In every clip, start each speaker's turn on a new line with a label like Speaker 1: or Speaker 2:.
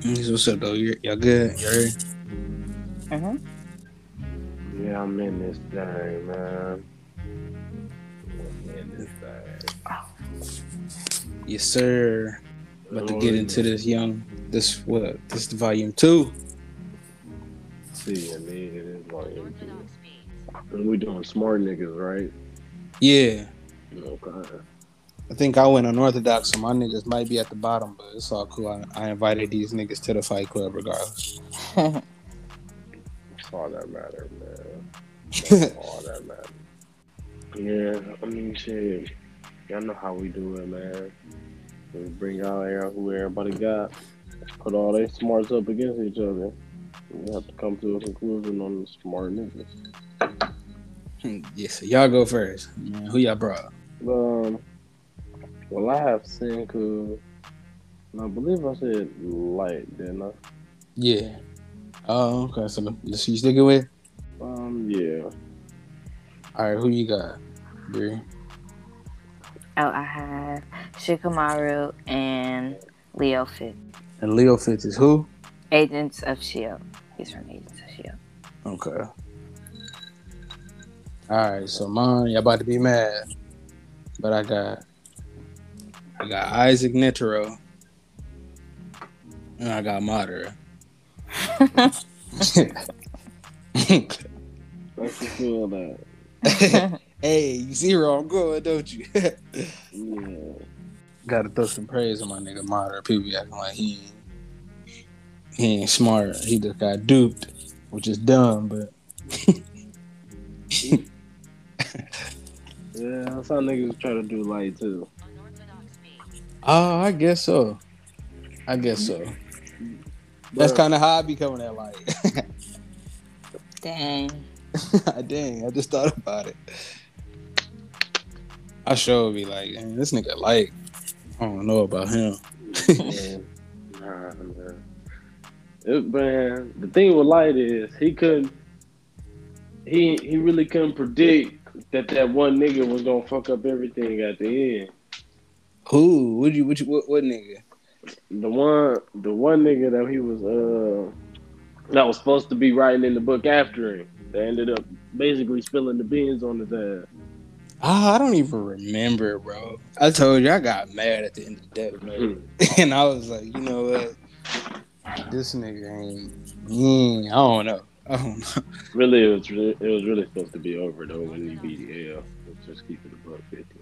Speaker 1: This what's up, though. You're, y'all good? You heard?
Speaker 2: Mm-hmm.
Speaker 3: Yeah, I'm in this thing, man. I'm in this thing.
Speaker 1: Yes, sir. About to get
Speaker 3: Lord,
Speaker 1: into this young, this what? This volume two.
Speaker 3: See, I mean, it is volume two. And we doing smart niggas, right?
Speaker 1: Yeah,
Speaker 3: Okay.
Speaker 1: I think I went unorthodox, so my niggas might be at the bottom, but it's all cool. I, I invited these niggas to the Fight Club regardless.
Speaker 3: It's all that matter, man. All that matter. Yeah, I mean, shit. Y'all know how we do it, man. We bring out air who everybody got, put all their smarts up against each other. We have to come to a conclusion on the smart niggas.
Speaker 1: Hmm, yes, sir. y'all go first. Man, who y'all brought?
Speaker 3: Um, well, I have Senku. And I believe I said light, didn't I?
Speaker 1: Yeah. Oh, okay. So the- the you sticking with?
Speaker 3: Um, yeah.
Speaker 1: All right, who you got? Bree?
Speaker 2: Oh, I have Shikamaru and Leo Fitz,
Speaker 1: And Leo Fitz is who?
Speaker 2: Agents of S.H.I.E.L.D. He's from Agents of S.H.I.E.L.D.
Speaker 1: Okay. All right, so mine, y'all about to be mad, but I got, I got Isaac Netero, and I got Madara.
Speaker 3: I can feel that.
Speaker 1: hey, zero, I'm good, don't you?
Speaker 3: Yeah.
Speaker 1: Gotta throw some praise on my nigga Madara. People be acting like he, ain't- he ain't smart. He just got duped, which is dumb, but
Speaker 3: Yeah, that's how niggas try to do light, too.
Speaker 1: Oh, I guess so. I guess so. That's
Speaker 3: Bruh.
Speaker 1: kind of how I be coming at light.
Speaker 2: Dang.
Speaker 1: Dang, I just thought about it. I sure be like, "Man, this nigga light. I don't know about him.
Speaker 3: Yeah. Nah, man. It, man, the thing with light is he couldn't. He he really couldn't predict that that one nigga was gonna fuck up everything at the end.
Speaker 1: Who? Would you? Would you? What, what nigga?
Speaker 3: The one the one nigga that he was uh that was supposed to be writing in the book after him. They ended up basically spilling the beans on his ass.
Speaker 1: Ah, I don't even remember, bro. I told you I got mad at the end of the day,
Speaker 3: Hmm.
Speaker 1: and I was like, you know what? This nigga ain't. he ain't- I don't know. I don't know.
Speaker 3: Really, it was really, it was really supposed to be over though when he beat L. Let's just keep it above fifty.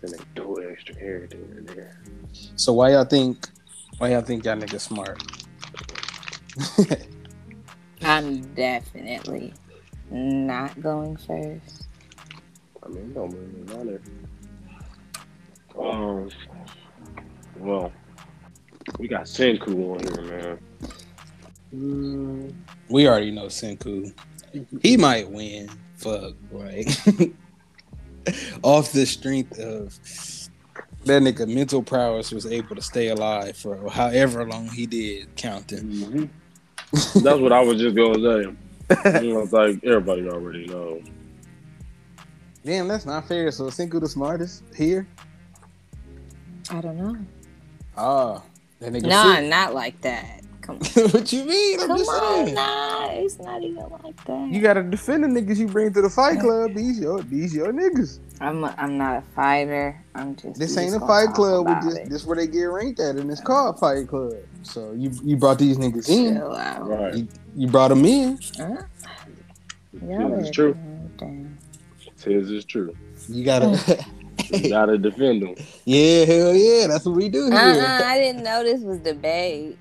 Speaker 3: Then they do extra everything in there.
Speaker 1: So why y'all think? Why y'all think y'all niggas smart?
Speaker 2: I'm definitely not going first.
Speaker 3: I mean, it don't really matter. Um, well, we got Senku on here, man.
Speaker 1: We already know Senku. He might win. Fuck, right? Off the strength of that nigga mental prowess was able to stay alive for however long he did counting.
Speaker 3: Mm. That's what I was just gonna say. You know, it's like everybody already knows.
Speaker 1: Damn, that's not fair. So Senku the smartest here?
Speaker 2: I don't know.
Speaker 1: Ah, that nigga.
Speaker 2: No, not like that. Come on.
Speaker 1: sick. what you mean? I'm
Speaker 2: Come
Speaker 1: just
Speaker 2: on,
Speaker 1: saying.
Speaker 2: nah, it's not even like that.
Speaker 1: You gotta defend the niggas you bring to the fight club. These your these your niggas.
Speaker 2: I'm I'm not a fighter. I'm just.
Speaker 1: This
Speaker 2: we
Speaker 1: ain't a
Speaker 2: just
Speaker 1: fight
Speaker 2: gonna
Speaker 1: club.
Speaker 2: talk
Speaker 1: With this,
Speaker 2: about
Speaker 1: this where they get ranked at, and it's called fight club. So you you brought these niggas
Speaker 2: it.
Speaker 1: in.
Speaker 2: Chill out.
Speaker 3: Right.
Speaker 1: You, you brought them in.
Speaker 2: Huh?
Speaker 3: Yeah,
Speaker 2: Y'all
Speaker 3: it's
Speaker 2: are
Speaker 3: true.
Speaker 2: going down.
Speaker 3: Tis is true.
Speaker 1: You gotta,
Speaker 3: You gotta defend them.
Speaker 1: yeah, hell yeah, that's what we do here.
Speaker 2: Uh-uh, I didn't know this was debate.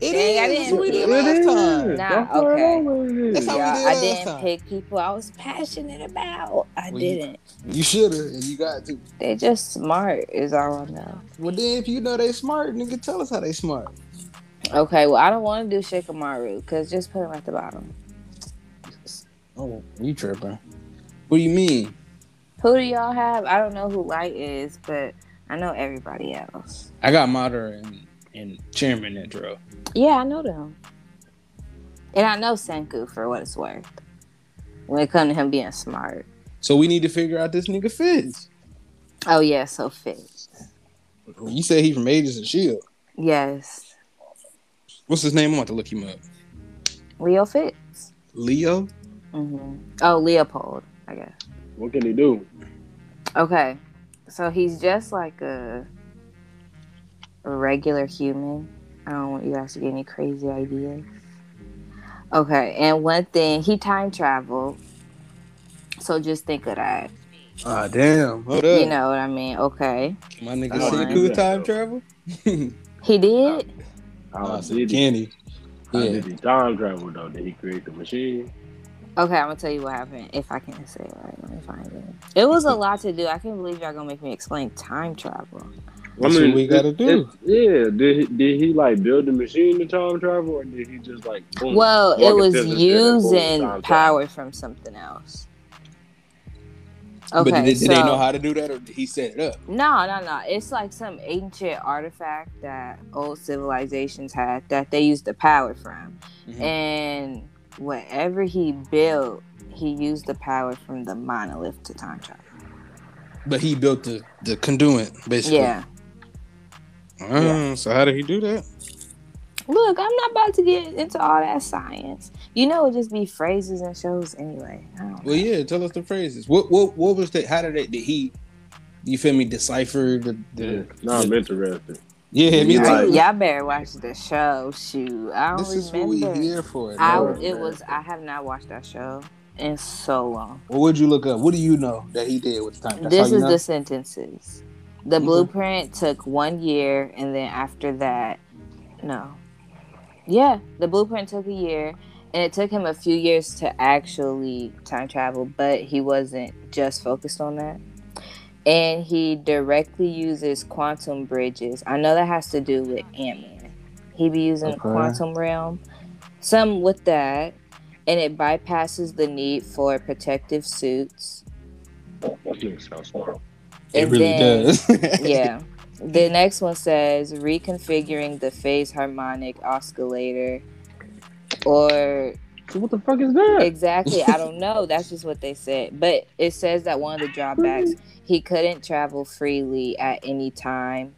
Speaker 1: It
Speaker 2: Dang, I
Speaker 1: is,
Speaker 2: didn't-
Speaker 1: that's what we did
Speaker 2: It
Speaker 1: last
Speaker 3: is.
Speaker 1: time.
Speaker 2: Nah,
Speaker 3: That's what it
Speaker 2: okay.
Speaker 3: always is.
Speaker 1: That's how we
Speaker 2: Y'all,
Speaker 1: did
Speaker 2: I
Speaker 1: last
Speaker 2: didn't
Speaker 1: time.
Speaker 2: pick people I was passionate about. I
Speaker 1: Well, you-
Speaker 2: didn't.
Speaker 1: You should have, and you got to.
Speaker 2: They just smart is all I know.
Speaker 1: Well, then if you know they smart, nigga, tell us how they smart.
Speaker 2: Okay, well I don't want to do Shikamaru because just put him at the bottom.
Speaker 1: Oh, you tripping? What do you mean?
Speaker 2: Who do y'all have? I don't know who Light is, but I know everybody else.
Speaker 1: I got Madara and, and Chairman intro.
Speaker 2: Yeah, I know them. And I know Senku for what it's worth. When it comes to him being smart.
Speaker 1: So we need to figure out this nigga fits.
Speaker 2: Oh yeah, so fit.
Speaker 1: You said he from Ages of Shield.
Speaker 2: Yes.
Speaker 1: What's his name? I want to look him up.
Speaker 2: Leo Fitz.
Speaker 1: Leo.
Speaker 2: hmm Oh, Leopold, I guess.
Speaker 3: What can he do?
Speaker 2: Okay. So he's just like a, a regular human. I don't want you guys to get any crazy ideas. Okay. And one thing, he time traveled. So just think of that.
Speaker 1: Ah, damn. Hold
Speaker 2: You
Speaker 1: up.
Speaker 2: know what I mean? Okay.
Speaker 1: Can my nigga
Speaker 2: Oh,
Speaker 1: Senku
Speaker 3: yeah.
Speaker 1: time travel?
Speaker 2: He did?
Speaker 3: How
Speaker 1: Nah,
Speaker 3: did he?
Speaker 1: Kenny.
Speaker 3: How
Speaker 1: Yeah.
Speaker 3: did he time travel though? Did he create the machine?
Speaker 2: Okay, I'm gonna tell you what happened if I can say it right. Let me find it. It was a lot to do. I can't believe y'all gonna make me explain time travel.
Speaker 1: That's what we gotta do.
Speaker 3: it- yeah. Did he, did he like build the machine to time travel, or did he just like? Boom,
Speaker 2: Well,
Speaker 3: walk
Speaker 2: it was
Speaker 3: a distance and then boom,
Speaker 2: using
Speaker 3: time travel?
Speaker 2: power from something else. Okay,
Speaker 1: but did,
Speaker 2: so
Speaker 1: did they know how to do that, or did he set it up?
Speaker 2: no, no, no. It's like some ancient artifact that old civilizations had that they used the power from,
Speaker 1: Mhm.
Speaker 2: and whatever he built, he used the power from the monolith to time travel.
Speaker 1: But he built the the conduit, basically.
Speaker 2: Yeah.
Speaker 1: Ah,
Speaker 2: yeah.
Speaker 1: So how did he do that?
Speaker 2: Look, I'm not about to get into all that science. You know, it just be phrases and shows anyway. I don't know.
Speaker 1: Well, yeah. Tell us the phrases. What what what was that? How did it? Did he? You feel me? Decipher the
Speaker 3: Yeah.
Speaker 1: the
Speaker 3: No, I'm interested.
Speaker 1: yeah. Me
Speaker 3: Yeah.
Speaker 1: too.
Speaker 2: Y'all-
Speaker 3: like-
Speaker 2: y'all better watch the show. Shoot, I don't
Speaker 1: This is what
Speaker 2: remember.
Speaker 1: we here for.
Speaker 2: I
Speaker 1: dog.
Speaker 3: for,
Speaker 2: it
Speaker 3: man.
Speaker 2: was I have not watched that show in so long.
Speaker 1: What would you look up? What do you know that he did with time? That's all
Speaker 2: this
Speaker 1: you
Speaker 2: is
Speaker 1: know? Mm-hmm.
Speaker 2: the sentences. The
Speaker 1: Okay.
Speaker 2: blueprint took one year, and then after that, no, yeah, the blueprint took a year, and it took him a few years to actually time travel. But he wasn't just focused on that, and he directly uses quantum bridges. I know that has to do with Ant Man. He be using
Speaker 1: Okay.
Speaker 2: the quantum realm, some with that, and it bypasses the need for protective suits.
Speaker 3: That nigga sounds horrible.
Speaker 1: It
Speaker 2: and
Speaker 1: really
Speaker 2: then-
Speaker 1: does.
Speaker 2: yeah. The next one says reconfiguring the phase harmonic oscillator. Or
Speaker 3: So what the fuck is that?
Speaker 2: exactly, I don't know. That's just what they said. But it says that one of the drawbacks, he couldn't travel freely at any time.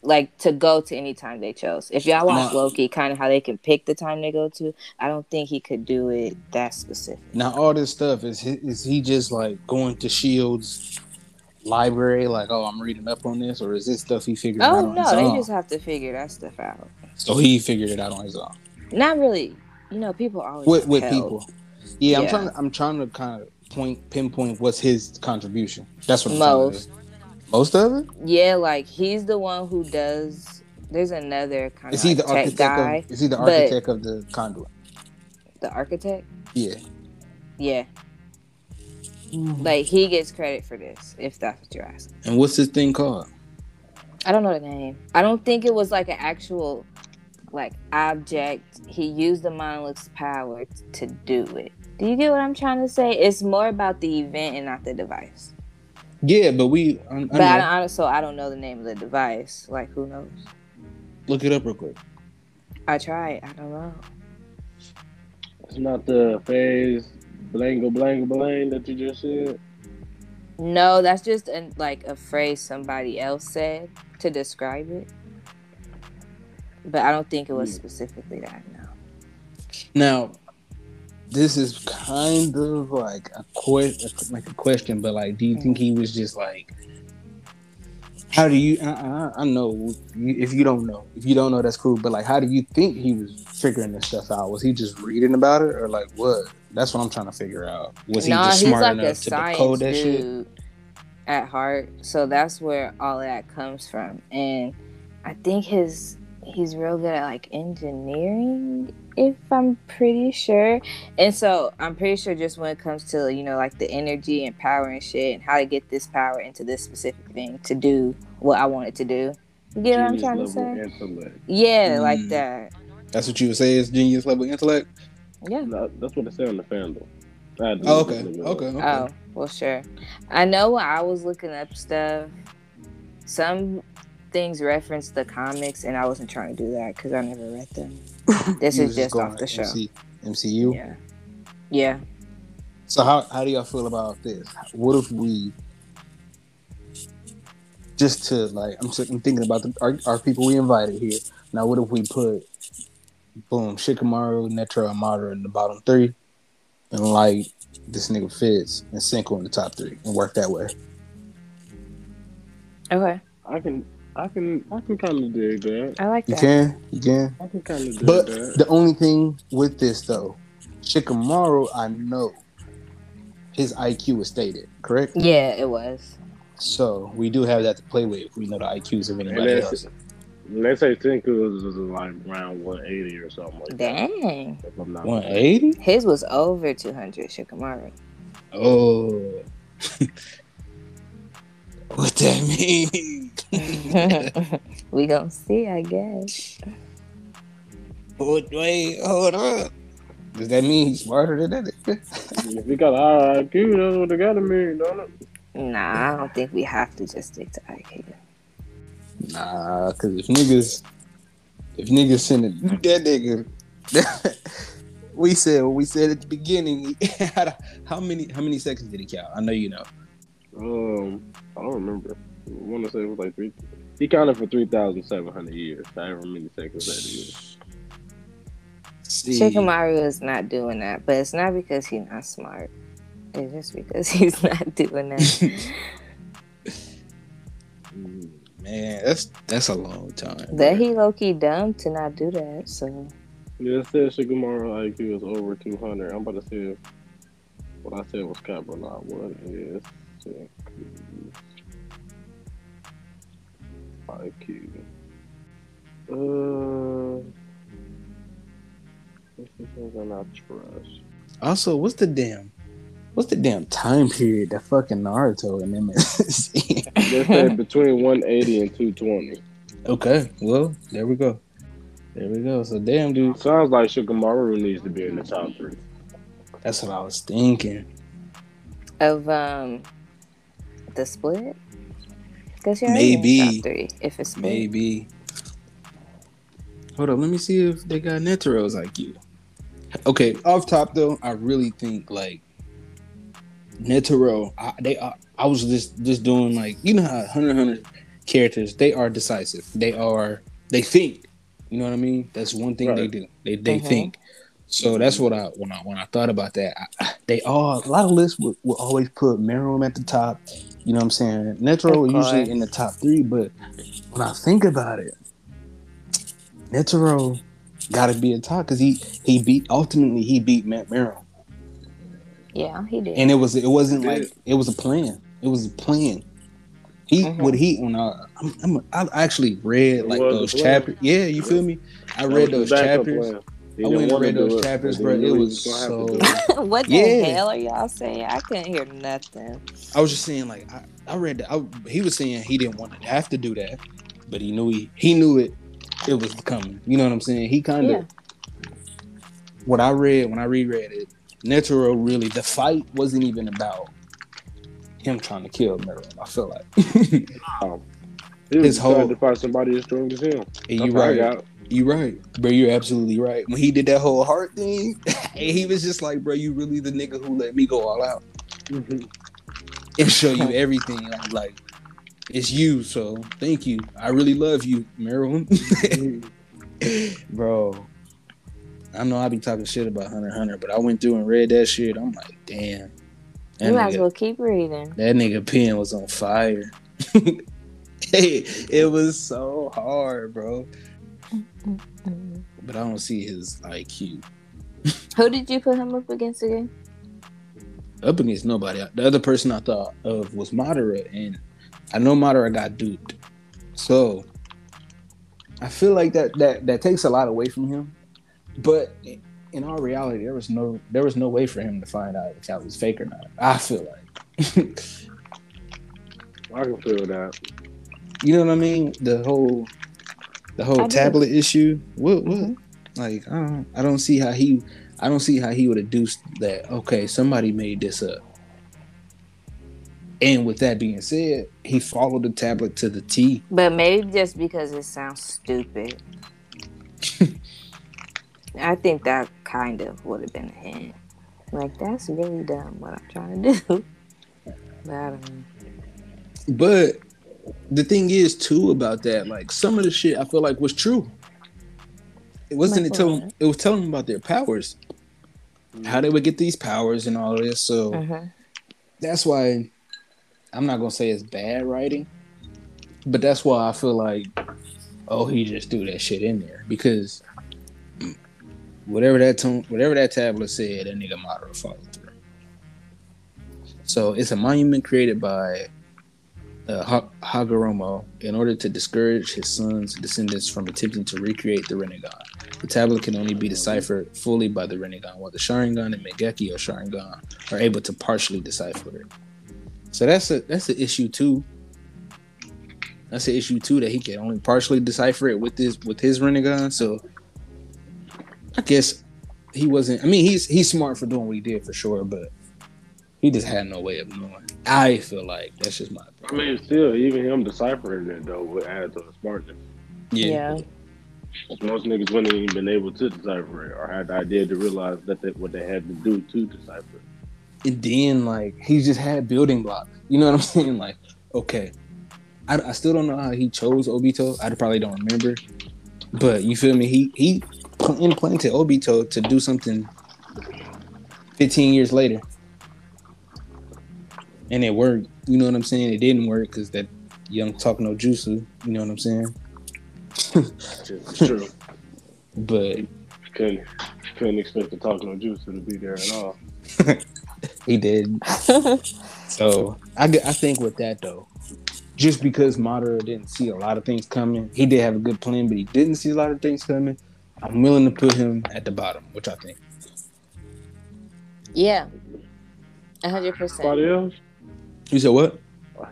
Speaker 2: Like to go to any time they chose. If y'all watch
Speaker 1: Nah.
Speaker 2: Loki, kind of how they can pick the time they go to, I don't think he could do it that specific.
Speaker 1: Now all this stuff is he, is he just like going to Shields library like oh I'm reading up on this or is this stuff he figured out
Speaker 2: Oh
Speaker 1: on
Speaker 2: no,
Speaker 1: his
Speaker 2: they
Speaker 1: own?
Speaker 2: just have to figure that stuff out.
Speaker 1: So he figured it out on his
Speaker 2: Oh,
Speaker 1: own
Speaker 2: Not really. You know, people always
Speaker 1: with with
Speaker 2: help.
Speaker 1: people. Yeah, I'm
Speaker 2: Yeah.
Speaker 1: trying. To, I'm trying to kind of point pinpoint what's his contribution. That's what I'm
Speaker 2: Most.
Speaker 1: most most of it.
Speaker 2: Yeah, like he's the one who does. There's another kind
Speaker 1: Is
Speaker 2: of
Speaker 1: he
Speaker 2: like
Speaker 1: the
Speaker 2: tech
Speaker 1: architect?
Speaker 2: guy,
Speaker 1: Of, is he the
Speaker 2: but-
Speaker 1: architect of the conduit?
Speaker 2: the architect.
Speaker 1: Yeah.
Speaker 2: Yeah, like he gets credit for this, if that's what you're asking.
Speaker 1: And what's this thing called?
Speaker 2: I don't know the name. I don't think it was like an actual like object. He used the monolith's power to do it. Do you get what I'm trying to say? It's more about the event and not the device.
Speaker 1: Yeah, but we I, I
Speaker 2: But
Speaker 1: know.
Speaker 2: I don't, I don't, so I don't know the name of the device. Like who knows?
Speaker 1: look it up real quick.
Speaker 2: I tried. I don't know.
Speaker 3: It's not the phase blango blango blang that you just said.
Speaker 2: No, that's just an, like a phrase somebody else said to describe it. But I don't think it was
Speaker 3: Hmm.
Speaker 2: specifically that. No.
Speaker 1: Now, this is kind of like a question, like a question, but like, do you think he was just like, how do you? I, I, I know you, if you don't know, if you don't know, that's cool. But like, how do you think he was figuring this stuff out? Was he just reading about it, or like what? That's what I'm trying to figure out. Was he
Speaker 2: nah,
Speaker 1: just
Speaker 2: he's
Speaker 1: smart
Speaker 2: like a
Speaker 1: enough to
Speaker 2: science
Speaker 1: decode that shit?
Speaker 2: dude at heart. So that's where all that comes from. And I think his he's real good at like engineering, if I'm pretty sure. And so I'm pretty sure just when it comes to you know like the energy and power and shit and how to get this power into this specific thing to do what I want it to do. You get what I'm
Speaker 3: Genius
Speaker 2: trying to
Speaker 3: level
Speaker 2: say?
Speaker 3: Intellect.
Speaker 2: Yeah,
Speaker 1: Mm.
Speaker 2: like that.
Speaker 1: That's what you would say is genius level intellect.
Speaker 2: Yeah.
Speaker 3: No, that's what it said on the fandom. I had to
Speaker 1: Oh,
Speaker 3: look
Speaker 1: okay,
Speaker 3: it up.
Speaker 1: okay, okay.
Speaker 2: Oh, well, sure. I know when I was looking up stuff, some things reference the comics, and I wasn't trying to do that because I never read them. This
Speaker 1: You
Speaker 2: is
Speaker 1: was
Speaker 2: just
Speaker 1: going
Speaker 2: off the show.
Speaker 1: MC MCU.
Speaker 2: Yeah. Yeah.
Speaker 1: So how how do y'all feel about this? What if we just to like, I'm, sitting- thinking about the, our, our people we invited here. Now, what if we put boom Shikamaru, Netra, Amara in the bottom three, and like this nigga Fitz and Senko in the top three, and work that way?
Speaker 2: Okay,
Speaker 3: I can, I can, I can kind of dig that.
Speaker 2: I like
Speaker 1: You
Speaker 2: that.
Speaker 1: can, you can.
Speaker 3: I can kind of dig
Speaker 1: But
Speaker 3: that.
Speaker 1: the only thing with this though, Shikamaru, I know his IQ is stated, correct?
Speaker 2: Yeah, it was.
Speaker 1: So we do have that to play with. if We know the IQs of anybody
Speaker 3: that's-
Speaker 1: else.
Speaker 3: Let's say Senku was, was like around 180 or something like that.
Speaker 2: Dang,
Speaker 3: If I'm not
Speaker 1: One eighty?
Speaker 2: his was over two hundred. Shikamaru.
Speaker 1: Oh, what that mean?
Speaker 2: we gonna see, I guess.
Speaker 1: What, wait, hold up. Does that mean he's smarter than that?
Speaker 3: mistaken. If you got an IQ, that's what it gotta mean, don't it?
Speaker 2: Nah, I don't think we have to just stick to IQ.
Speaker 1: Nah, because if niggas, if niggas send it, that nigga. we said what we said at the beginning. how many how many seconds did he count? I know you know.
Speaker 3: Um, I don't remember. I want to say it was like three. He counted for three thousand seven hundred years. However many seconds that is.
Speaker 1: See,
Speaker 2: Shikamaru is not doing that, but it's not because he's not smart. It's just because he's not doing that.
Speaker 1: Mm, man, that's that's a long time.
Speaker 2: that he low key dumb to not do that. So
Speaker 3: Yeah, it says Shikamaru IQ is over two hundred. I'm about to see if what I said was cap or not. What is Senku's IQ? Uh, this is something I trust.
Speaker 1: Also, what's the damn, what's the damn time period that fucking Naruto and them is? in?
Speaker 3: They said between 180 and 220.
Speaker 1: okay, well there we go, there we go. So damn dude,
Speaker 3: Sounds like Shikamaru needs to be in the top three.
Speaker 1: that's what I was thinking.
Speaker 2: of um the split, because you're already in the
Speaker 1: Maybe.
Speaker 2: top three if it's split.
Speaker 1: Maybe. Hold up, let me see if they got Neteros like you. Okay, off top though, I really think like Netero. I, they, are, I was just just doing like you know how hundred hundred characters. They are decisive. They are. They think. You know what I mean? That's one thing they
Speaker 3: Right.
Speaker 1: do. They they
Speaker 2: Mhm.
Speaker 1: think. So that's what I when I when I thought about that. I, they all a lot of lists will, will always put Meruem at the top. You know what I'm saying? Netero
Speaker 2: Of
Speaker 1: usually
Speaker 2: course.
Speaker 1: in the top three, but when I think about it, Netero got to be a top because he he beat ultimately he beat Matt Merrill
Speaker 2: Yeah, he did.
Speaker 1: and it was it wasn't
Speaker 3: Yeah.
Speaker 1: like it was a plan. It was a plan. He
Speaker 2: Mhm.
Speaker 1: what he when I I'm, I'm, I've actually read
Speaker 3: Mm-hmm. It
Speaker 1: like
Speaker 3: was a
Speaker 1: those
Speaker 3: plan.
Speaker 1: chapters. Yeah, you feel me? I read
Speaker 3: That
Speaker 1: those
Speaker 3: was the backup
Speaker 1: chapters.
Speaker 3: plan. He
Speaker 1: I
Speaker 3: didn't
Speaker 1: went and
Speaker 3: wanna
Speaker 1: read
Speaker 3: do
Speaker 1: those
Speaker 3: it,
Speaker 1: chapters,
Speaker 3: but
Speaker 1: bro.
Speaker 3: he knew
Speaker 1: It
Speaker 3: he
Speaker 1: was
Speaker 3: gonna have
Speaker 1: so.
Speaker 3: to do it.
Speaker 2: what the
Speaker 1: Yeah.
Speaker 2: hell are y'all saying? I couldn't hear nothing.
Speaker 1: I was just saying like I, I read that. I, he was saying he didn't want to have to do that, but he knew he he knew it. It was coming. You know what I'm saying? He kind of
Speaker 2: Yeah.
Speaker 1: what I read when I reread it. Netero really the fight wasn't even about him trying to kill Merrill. I feel like
Speaker 3: He was
Speaker 1: His
Speaker 3: trying
Speaker 1: whole-
Speaker 3: Um, to find somebody as strong as him.
Speaker 1: And
Speaker 3: That's
Speaker 1: you
Speaker 3: all I
Speaker 1: right.
Speaker 3: got.
Speaker 1: You're right, bro. You're absolutely right. When he did that whole heart thing, and he was just like, "Bro, you really the nigga who let me go all out and show you everything." I'm like, "It's you, so thank you. I really love you, Meryl." bro, I know I be talking shit about Hunter x Hunter, but I went through and read that shit. I'm like, damn, that
Speaker 2: You might as
Speaker 1: nigga,
Speaker 2: well keep reading.
Speaker 1: that nigga pen was on fire. it was so hard, bro. But I don't see his IQ.
Speaker 2: Who did you put him up against again?
Speaker 1: up against nobody. The other person I thought of was Madara, and I know Madara got duped. So I feel like that that that takes a lot away from him. But in all reality, there was no there was no way for him to find out if that was fake or not. I feel like.
Speaker 3: I can feel that.
Speaker 1: you know what I mean? The whole the
Speaker 2: I
Speaker 1: whole
Speaker 2: do.
Speaker 1: tablet issue. What what?
Speaker 2: Mhm.
Speaker 1: Like I don't I don't see how he I don't see how he would deduce that okay, somebody made this up. And with that being said, he followed the tablet to the T.
Speaker 2: But maybe just because it sounds stupid. I think that kind of would have been a hint. Like that's really dumb what I'm trying to do. But I don't know.
Speaker 1: But the thing is too about that, like some of the shit I feel like was true. It wasn't
Speaker 2: Like
Speaker 1: it telling
Speaker 2: what?
Speaker 1: it was telling them about their powers, how they would get these powers and all this. So
Speaker 2: Mhm.
Speaker 1: that's why I'm not gonna say it's bad writing, but that's why I feel like oh he just threw that shit in there because whatever that tone, whatever that tablet said, that nigga Madara followed through. So it's a monument created by uh, ha- Hagoromo in order to discourage his son's descendants from attempting to recreate the Renegon. The tablet can only be deciphered fully by the Renegon, while the Sharingan and Megeki or Sharingan are able to partially decipher it. So that's a that's an issue too. That's an issue too that he can only partially decipher it with his with his Renegon. So I guess he wasn't. I mean, he's he's smart for doing what he did for sure, but he just had no way of knowing. I feel like that's just my.
Speaker 3: I mean, still, even him deciphering it though would add to the smartness.
Speaker 2: Yeah.
Speaker 3: Most niggas wouldn't even been able to decipher it or had the idea to realize that they, what they had to do to decipher it.
Speaker 1: and then like he just had building blocks. You know what I'm saying? Like, okay, I, I still don't know how he chose Obito. I probably don't remember, but you feel me? He he pl- implanted Obito to do something. Fifteen years later, and it worked. You know what I'm saying? It didn't work because that young talk no jutsu. You know what I'm saying?
Speaker 3: It's true.
Speaker 1: But
Speaker 3: couldn't, couldn't expect the talk no juice to be there at all.
Speaker 1: he did. So I, g- I think with that though, just because Madara didn't see a lot of things coming, he did have a good plan, but he didn't see a lot of things coming. I'm willing to put him at the bottom, which I think.
Speaker 2: yeah. A hundred percent.
Speaker 3: Everybody else?
Speaker 1: You said what?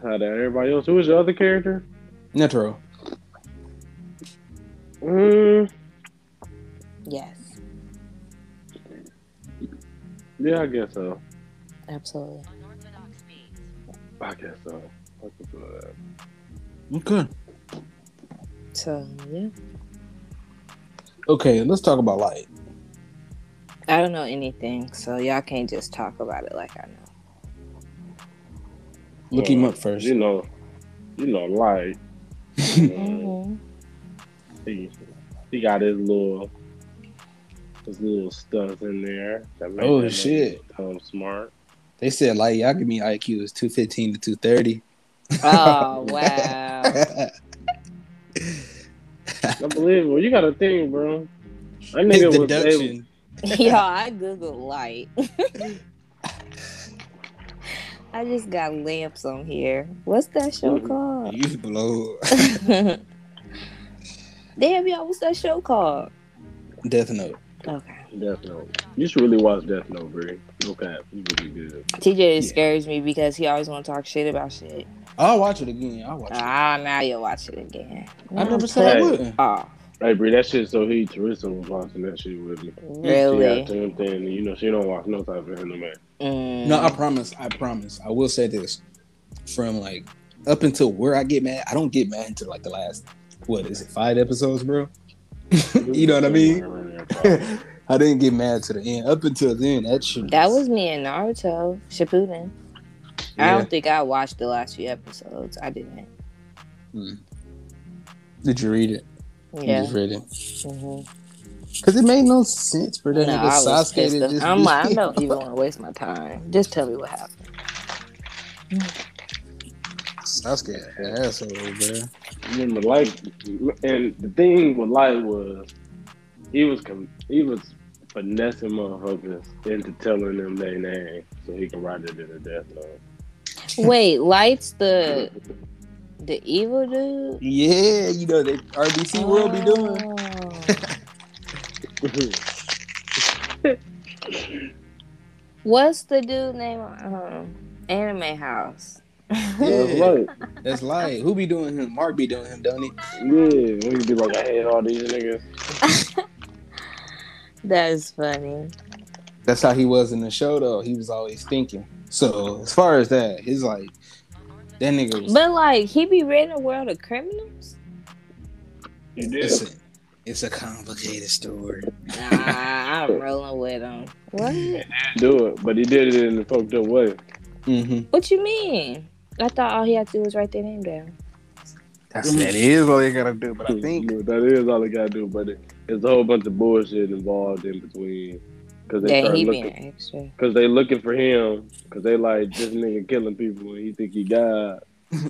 Speaker 3: I had everybody else. Who was the other character?
Speaker 1: Netero.
Speaker 3: Mm,
Speaker 2: Yes.
Speaker 3: yeah, I guess so.
Speaker 2: Absolutely.
Speaker 3: I guess so. I could do that.
Speaker 1: Okay.
Speaker 2: So yeah.
Speaker 1: Okay, let's talk about light.
Speaker 2: I don't know anything, so y'all can't just talk about it like I know.
Speaker 1: Look him up first.
Speaker 3: You know, you know, like
Speaker 2: Mm-hmm.
Speaker 3: mm, he, he got his little his little stuff in there. That make
Speaker 1: Oh,
Speaker 3: that nigga
Speaker 1: shit.
Speaker 3: Dumb smart.
Speaker 1: They said light. Y'all give me IQ is 215 to 230.
Speaker 2: Oh wow.
Speaker 3: Unbelievable. You got a thing, bro. That
Speaker 1: His
Speaker 3: nigga was able.
Speaker 1: deduction.
Speaker 2: Yo, I googled light. I just got lamps on here. What's that show
Speaker 3: Mhm.
Speaker 2: called?
Speaker 1: You blow
Speaker 2: Damn, y'all, what's that show called?
Speaker 1: Death Note.
Speaker 2: Okay.
Speaker 3: Death Note. You should really watch Death Note, Bree. Okay, you really good.
Speaker 2: TJ discouraged me because he always want to talk shit about shit.
Speaker 1: I'll watch it again. I'll watch it.
Speaker 2: Ah, now you'll watch it again.
Speaker 1: I never said I
Speaker 3: Hey.
Speaker 1: wouldn't.
Speaker 2: Oh,
Speaker 3: Hey, Bree, that shit. So he, Teresa was watching that shit with me. She
Speaker 2: really?
Speaker 3: got same thing. and, You know, she don't watch no type of anime.
Speaker 2: Mm.
Speaker 1: No, I promise. I promise. I will say this: from like up until where I get mad, I don't get mad until like the last what is it five episodes, bro? you know what I mean? I didn't get mad to the end. Up until then, that shit.
Speaker 2: that was me and Naruto Shippuden. I
Speaker 1: Yeah.
Speaker 2: don't think I watched the last few episodes. I didn't.
Speaker 1: Did you read it? You
Speaker 2: Yeah.
Speaker 1: just read it
Speaker 2: hmm
Speaker 1: because it made no sense for that
Speaker 2: No,
Speaker 1: nigga
Speaker 2: I was
Speaker 1: Sasuke
Speaker 2: pissed
Speaker 1: to
Speaker 2: off.
Speaker 1: just.
Speaker 2: I'm
Speaker 1: be-
Speaker 2: like, I don't even want to waste my time. Just tell me what happened.
Speaker 1: Sasuke, an asshole, bro.
Speaker 3: Remember, like, and the thing with Light was he was com- he was finessing motherfuckers into telling them their name so he could write it in a death note.
Speaker 2: Wait, Light's the the evil dude.
Speaker 1: Yeah, you know that RBC world be doing.
Speaker 2: Oh. What's the dude name? Um, Anime House. Oh.
Speaker 3: That's right.
Speaker 1: That's like who be doing him? Mark be doing him, don't he?
Speaker 3: Yeah, we could be like, I hate all these niggas.
Speaker 2: That is funny.
Speaker 1: That's how he was in the show, though. He was always thinking. So as far as that, he's like that nigga was.
Speaker 2: But like, he be reading a world of criminals.
Speaker 3: You
Speaker 1: It's
Speaker 3: did.
Speaker 1: a, it's a complicated story.
Speaker 2: Nah, I'm rolling with him. What?
Speaker 3: Do it, but he did it in a fucked up way.
Speaker 1: Mm-hmm.
Speaker 2: What you mean? I thought all he had to do was write their name down.
Speaker 1: That's, that is all they gotta do. But I think
Speaker 3: Yeah, that is all they gotta do. But it, it's a whole bunch of bullshit involved in between because they
Speaker 2: That
Speaker 3: start
Speaker 2: he
Speaker 3: looking
Speaker 2: being extra.
Speaker 3: because they looking for him because they like this nigga killing people and he think he God.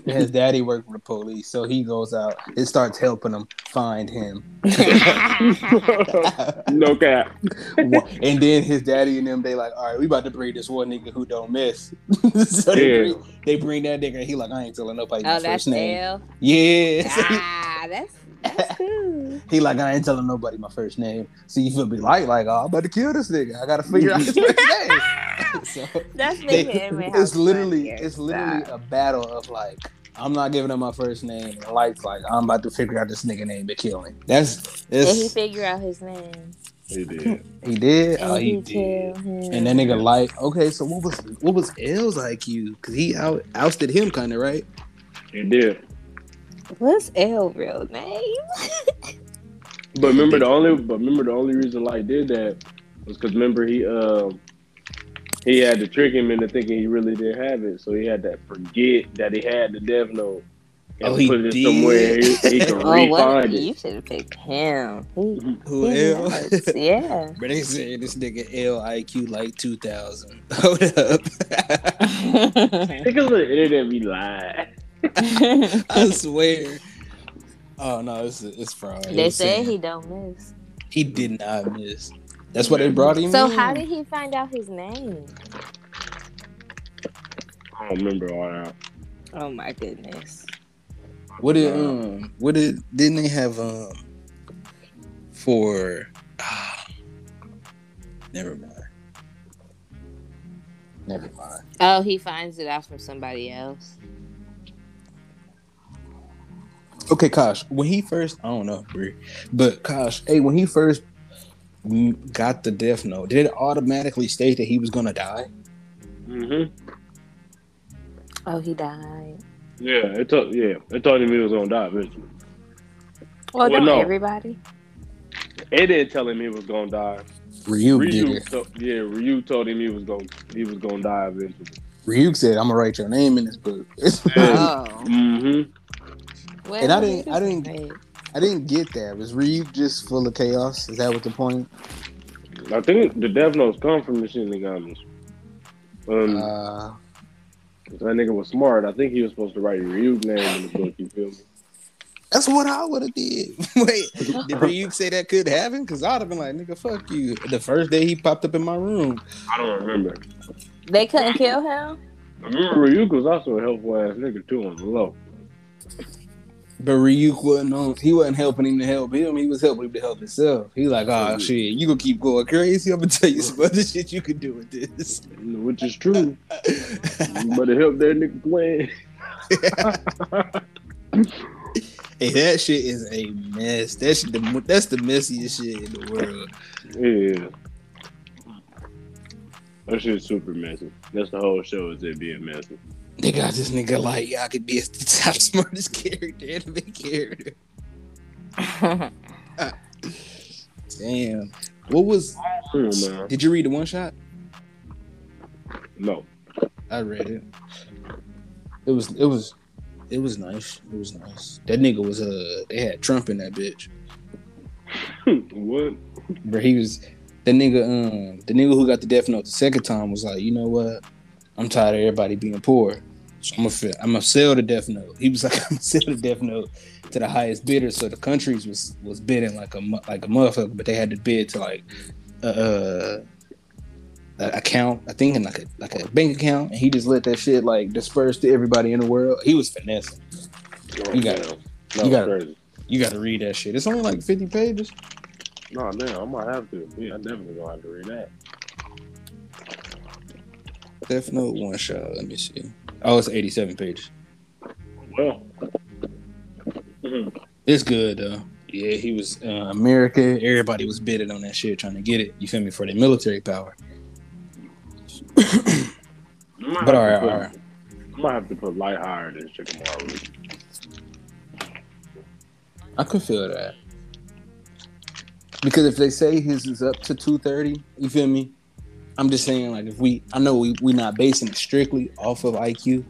Speaker 1: his daddy worked for the police, so he goes out and starts helping them find him.
Speaker 3: no cap.
Speaker 1: and then his daddy and them, they like, all right, we about to bring this one nigga who don't miss. so they,
Speaker 3: Yeah.
Speaker 1: bring, they bring that nigga. He like, I ain't telling nobody
Speaker 2: oh,
Speaker 1: my
Speaker 2: that's
Speaker 1: first name.
Speaker 2: L.
Speaker 1: Yeah. So he-
Speaker 2: Ah, that's that's cool.
Speaker 1: He like, I ain't telling nobody my first name. So you feel be like, like, oh, I'm about to kill this nigga. I gotta figure out his first name. so
Speaker 2: That's
Speaker 1: they-
Speaker 2: making anime
Speaker 1: it's
Speaker 2: house
Speaker 1: literally,
Speaker 2: funnier.
Speaker 1: it's literally
Speaker 2: Stop.
Speaker 1: a battle of like, I'm not giving up my first name. And like, like, I'm about to figure out this nigga name to kill him. That's
Speaker 2: Did he
Speaker 1: it's,
Speaker 2: figure out his name?
Speaker 3: He did.
Speaker 1: he did.
Speaker 2: And
Speaker 1: Oh,
Speaker 2: he,
Speaker 1: he did.
Speaker 2: killed him.
Speaker 1: And that nigga like, okay, so what was what was L's IQ? Cause he out ousted him, kind of right.
Speaker 3: He did.
Speaker 2: What's L real name?
Speaker 3: But remember the only but remember the only reason Light did that was because remember he um he had to trick him into thinking he really did have it, so he had to forget that he had the Death Note. And
Speaker 1: Oh, he
Speaker 3: put it
Speaker 1: did.
Speaker 3: somewhere he, he could
Speaker 2: Oh, what?
Speaker 3: re-find it.
Speaker 2: You should have picked him. He,
Speaker 1: Who
Speaker 2: he
Speaker 1: L?
Speaker 2: knows. yeah.
Speaker 1: But they saying this nigga L IQ like two thousand. Hold up.
Speaker 3: Niggas on the internet be lying.
Speaker 1: I swear. Oh no, it's it's fraud. It
Speaker 2: they
Speaker 1: was
Speaker 2: said
Speaker 1: Sam.
Speaker 2: he don't miss.
Speaker 1: he did not miss. That's why they
Speaker 2: Mm-hmm.
Speaker 1: brought him.
Speaker 2: So
Speaker 1: in.
Speaker 2: how did he find out his name?
Speaker 3: I don't remember all that.
Speaker 2: Oh my goodness.
Speaker 1: What did um? What did didn't they have um? For ah, never mind. Never mind.
Speaker 2: Oh, he finds it out from somebody else.
Speaker 1: Okay, Kosh. When he first, I don't know, Bree, but Kosh, hey, when he first mm, got the death note, did it automatically state that he was gonna die?
Speaker 3: Mm-hmm.
Speaker 2: Oh, he died.
Speaker 3: Yeah, it told yeah, it told him he was gonna die, bitch.
Speaker 2: Well,
Speaker 3: Well,
Speaker 2: don't
Speaker 3: no.
Speaker 2: everybody.
Speaker 3: It didn't tell him he was gonna die.
Speaker 1: Ryuk, did
Speaker 3: Ryu
Speaker 1: it.
Speaker 3: to- yeah, Ryu told him he was gonna he was gonna die eventually.
Speaker 1: Ryuk said, "I'm gonna write your name in this book."
Speaker 2: Oh.
Speaker 3: Mm-hmm.
Speaker 2: Well,
Speaker 1: And I didn't- I didn't-
Speaker 2: Right.
Speaker 1: I didn't get that. Was Ryuk just full of chaos? Is that what the point?
Speaker 3: I think the Death Notes come from machine Nigami. Um,
Speaker 1: Uh,
Speaker 3: that nigga was smart. I think he was supposed to write Ryu's name in the book. You feel me?
Speaker 1: that's what I would have did. Wait, did Ryuk say that could happen? Because I'd have been like, "Nigga, fuck you." The first day he popped up in my room,
Speaker 3: I don't remember.
Speaker 2: They couldn't kill him.
Speaker 3: I remember Ryu was also a helpful ass nigga too on the low.
Speaker 1: but Ryuk wasn't on. He wasn't helping him to help him. He was helping him to help himself. He like, "Oh shit, you gonna keep going crazy? I'm gonna tell you some other shit you can do with this."
Speaker 3: Which is true. but it helped that nigga plan.
Speaker 1: hey, that shit is a mess. That's the that's the messiest shit in the world.
Speaker 3: Yeah. That shit's super messy. That's the whole show is it being messy.
Speaker 1: They got this nigga like y'all could be the top smartest character, anime character. Damn. What was
Speaker 3: Come on, Oh, man.
Speaker 1: did you read the one shot?
Speaker 3: No.
Speaker 1: I read it. It was it was it was nice. It was nice. That nigga was uh they had Trump in that bitch.
Speaker 3: what?
Speaker 1: But he was the nigga um the nigga who got the death note the second time was like, you know what? I'm tired of everybody being poor. So I'm gonna I'm gonna sell the death note. He was like, I'm gonna sell the death note to the highest bidder. So the countries was was bidding like a mu- like a motherfucker, but they had to bid to like uh, uh a account, I think in like a like a bank account, and he just let that shit like disperse to everybody in the world. He was finessing.
Speaker 3: Oh,
Speaker 1: You got
Speaker 3: damn.
Speaker 1: You
Speaker 3: That
Speaker 1: got it.
Speaker 3: was crazy.
Speaker 1: You gotta read that shit. It's only like 50 pages.
Speaker 3: No, damn, I might have to. Yeah, I definitely gonna have to read that.
Speaker 1: Death Note one shot. Let me see. Oh, it's 87 pages.
Speaker 3: Well. Mhm.
Speaker 1: It's good though. Yeah, he was uh, America. Everybody was bidding on that shit, trying to get it. You feel me for their military power.
Speaker 3: I might
Speaker 1: But all right,
Speaker 3: have to
Speaker 1: all
Speaker 3: put-
Speaker 1: right.
Speaker 3: I might have to put light higher than Shikamaru.
Speaker 1: I could feel that because if they say his is up to two thirty, you feel me? I'm just saying, like if we, I know we we not basing it strictly off of IQ,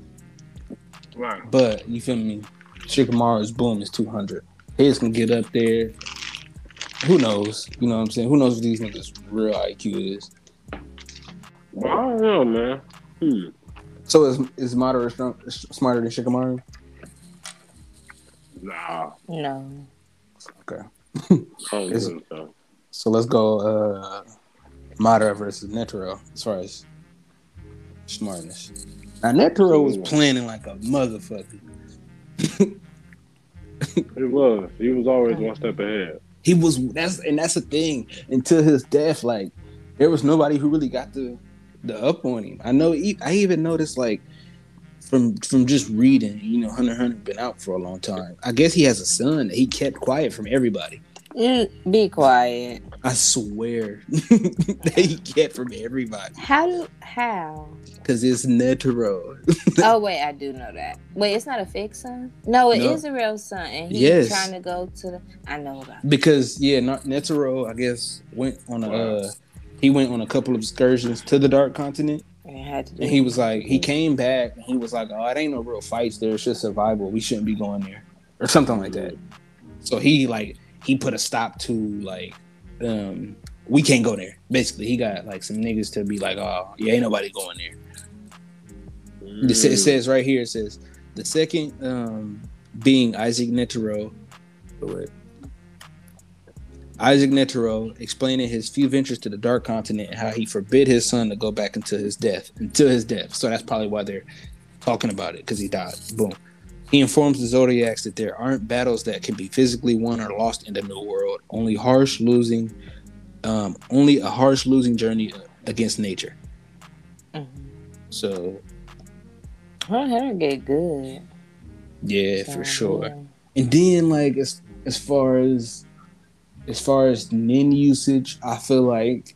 Speaker 3: Right.
Speaker 1: but you feel me? Shikamaru's boom is 200. His can get up there. Who knows? You know what I'm saying? Who knows what these niggas' real IQ is?
Speaker 3: I don't know, man. Hmm.
Speaker 1: So is is Madara strong, s- smarter than Shikamaru?
Speaker 3: Nah.
Speaker 2: No.
Speaker 1: Okay.
Speaker 3: I don't
Speaker 1: Is-
Speaker 3: think so.
Speaker 1: So let's go uh Madara versus Netero as far as smartness. Now Netero was planning like a motherfucker.
Speaker 3: He was. He was always one step ahead.
Speaker 1: He was that's and that's the thing. Until his death, like there was nobody who really got the the up on him. I know. e- I even noticed like from from just reading, you know, Hunter x Hunter been out for a long time. I guess he has a son that he kept quiet from everybody.
Speaker 2: Mm, be quiet.
Speaker 1: I swear that he kept from everybody
Speaker 2: How do how?
Speaker 1: because it's Netero.
Speaker 2: oh wait, I do know that. Wait, it's not a fake son. No, it is
Speaker 1: No.
Speaker 2: a real son, and he's
Speaker 1: Yes.
Speaker 2: trying to go to the. I know about.
Speaker 1: Because yeah, not Netero, I guess went on a
Speaker 3: Wow.
Speaker 1: uh, he went on a couple of excursions to the Dark Continent.
Speaker 2: It It had to do.
Speaker 1: And he was like, he came back and he was like, oh, it ain't no real fights there. It's just survival. We shouldn't be going there or something like that. So he like, he put a stop to like, um, we can't go there. Basically, he got like some niggas to be like, oh, yeah, ain't nobody going there. It
Speaker 3: Mm.
Speaker 1: sa- it says right here, it says the second um, being Isaac Netero. Isaac Netero explaining his few ventures to the Dark Continent and how he forbid his son to go back until his death. Until his death. So that's probably why they're talking about it because he died. Boom. He informs the Zodiacs that there aren't battles that can be physically won or lost in the New World. Only harsh losing, um, only a harsh losing journey against nature.
Speaker 2: Mhm.
Speaker 1: So
Speaker 2: Her hair get good.
Speaker 1: yeah, for
Speaker 2: So,
Speaker 1: sure.
Speaker 2: yeah.
Speaker 1: And then like as as far as as far as nin usage, I feel like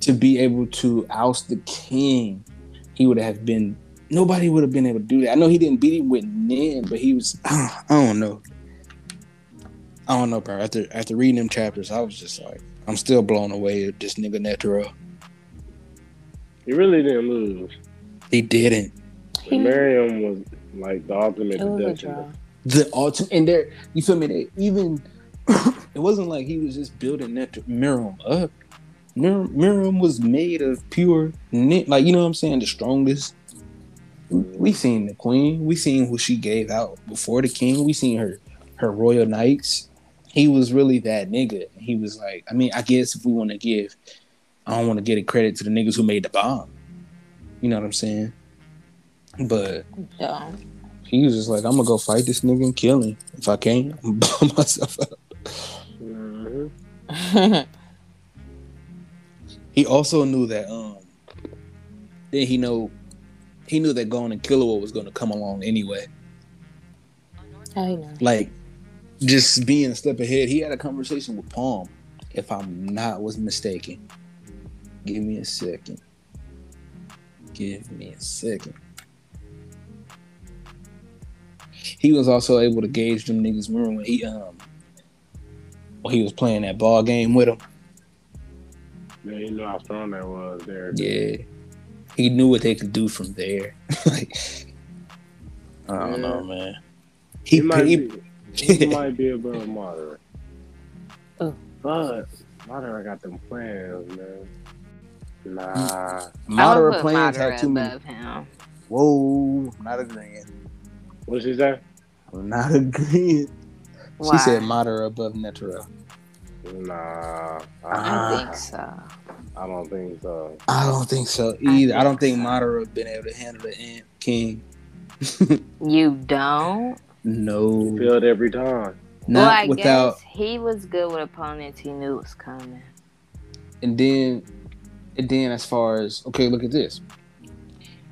Speaker 1: to be able to oust the king, he would have been nobody would have been able to do that. I know he didn't beat him with nin, but he was I don't, I don't know. I don't know, bro. After after reading them chapters, I was just like, I'm still blown away at this nigga Netero.
Speaker 3: He really didn't lose.
Speaker 1: He didn't.
Speaker 2: He-
Speaker 3: Miriam was like the ultimate
Speaker 2: It was a
Speaker 3: detriment.
Speaker 2: draw.
Speaker 1: the ultimate and there you feel me they even it wasn't like he was just building that Miriam up Mir- Miriam was made of pure ni- like you know what I'm saying the strongest we seen the queen we seen who she gave out before the king we seen her her royal knights he was really that nigga he was like I mean I guess if we want to give I don't want to get a credit to the niggas who made the bomb you know what I'm saying but
Speaker 2: Yeah.
Speaker 1: he was just like, I'm gonna go fight this nigga and kill him. If I can't, I'm gonna blow myself up.
Speaker 3: Mhm.
Speaker 1: He also knew that um then he know he knew that going and Killua was gonna come along anyway.
Speaker 2: I know.
Speaker 1: Like just being a step ahead, he had a conversation with Palm, if I'm not was mistaken. Give me a second. Give me a second. He was also able to gauge them niggas' room when he um when he was playing that ball game with him.
Speaker 3: Yeah, you know how strong that was there.
Speaker 1: Yeah, he knew what they could do from there. like, I don't know, man. He,
Speaker 3: He, might
Speaker 1: he-
Speaker 3: be, he might be above moderate.
Speaker 2: Oh.
Speaker 3: But moderate got them plans, man. Nah.
Speaker 1: Mm.
Speaker 2: I would
Speaker 1: moderate
Speaker 2: put
Speaker 1: plans
Speaker 2: Madara
Speaker 1: had too many.
Speaker 2: above him.
Speaker 1: Whoa, I'm not agreeing.
Speaker 3: What's he say?
Speaker 1: I'm not agreeing. She said
Speaker 2: Why?
Speaker 1: moderate above Netero.
Speaker 3: Nah.
Speaker 2: I think
Speaker 1: Ah.
Speaker 2: so.
Speaker 3: I don't think so.
Speaker 1: I don't think so either. I don't think moderate been able to handle the Ant King.
Speaker 2: You don't?
Speaker 3: He
Speaker 1: No,
Speaker 3: failed every time.
Speaker 2: well,
Speaker 1: not
Speaker 2: I
Speaker 1: without.
Speaker 2: guess he was good with opponents he knew was coming.
Speaker 1: And then, and then as far as okay, look at this.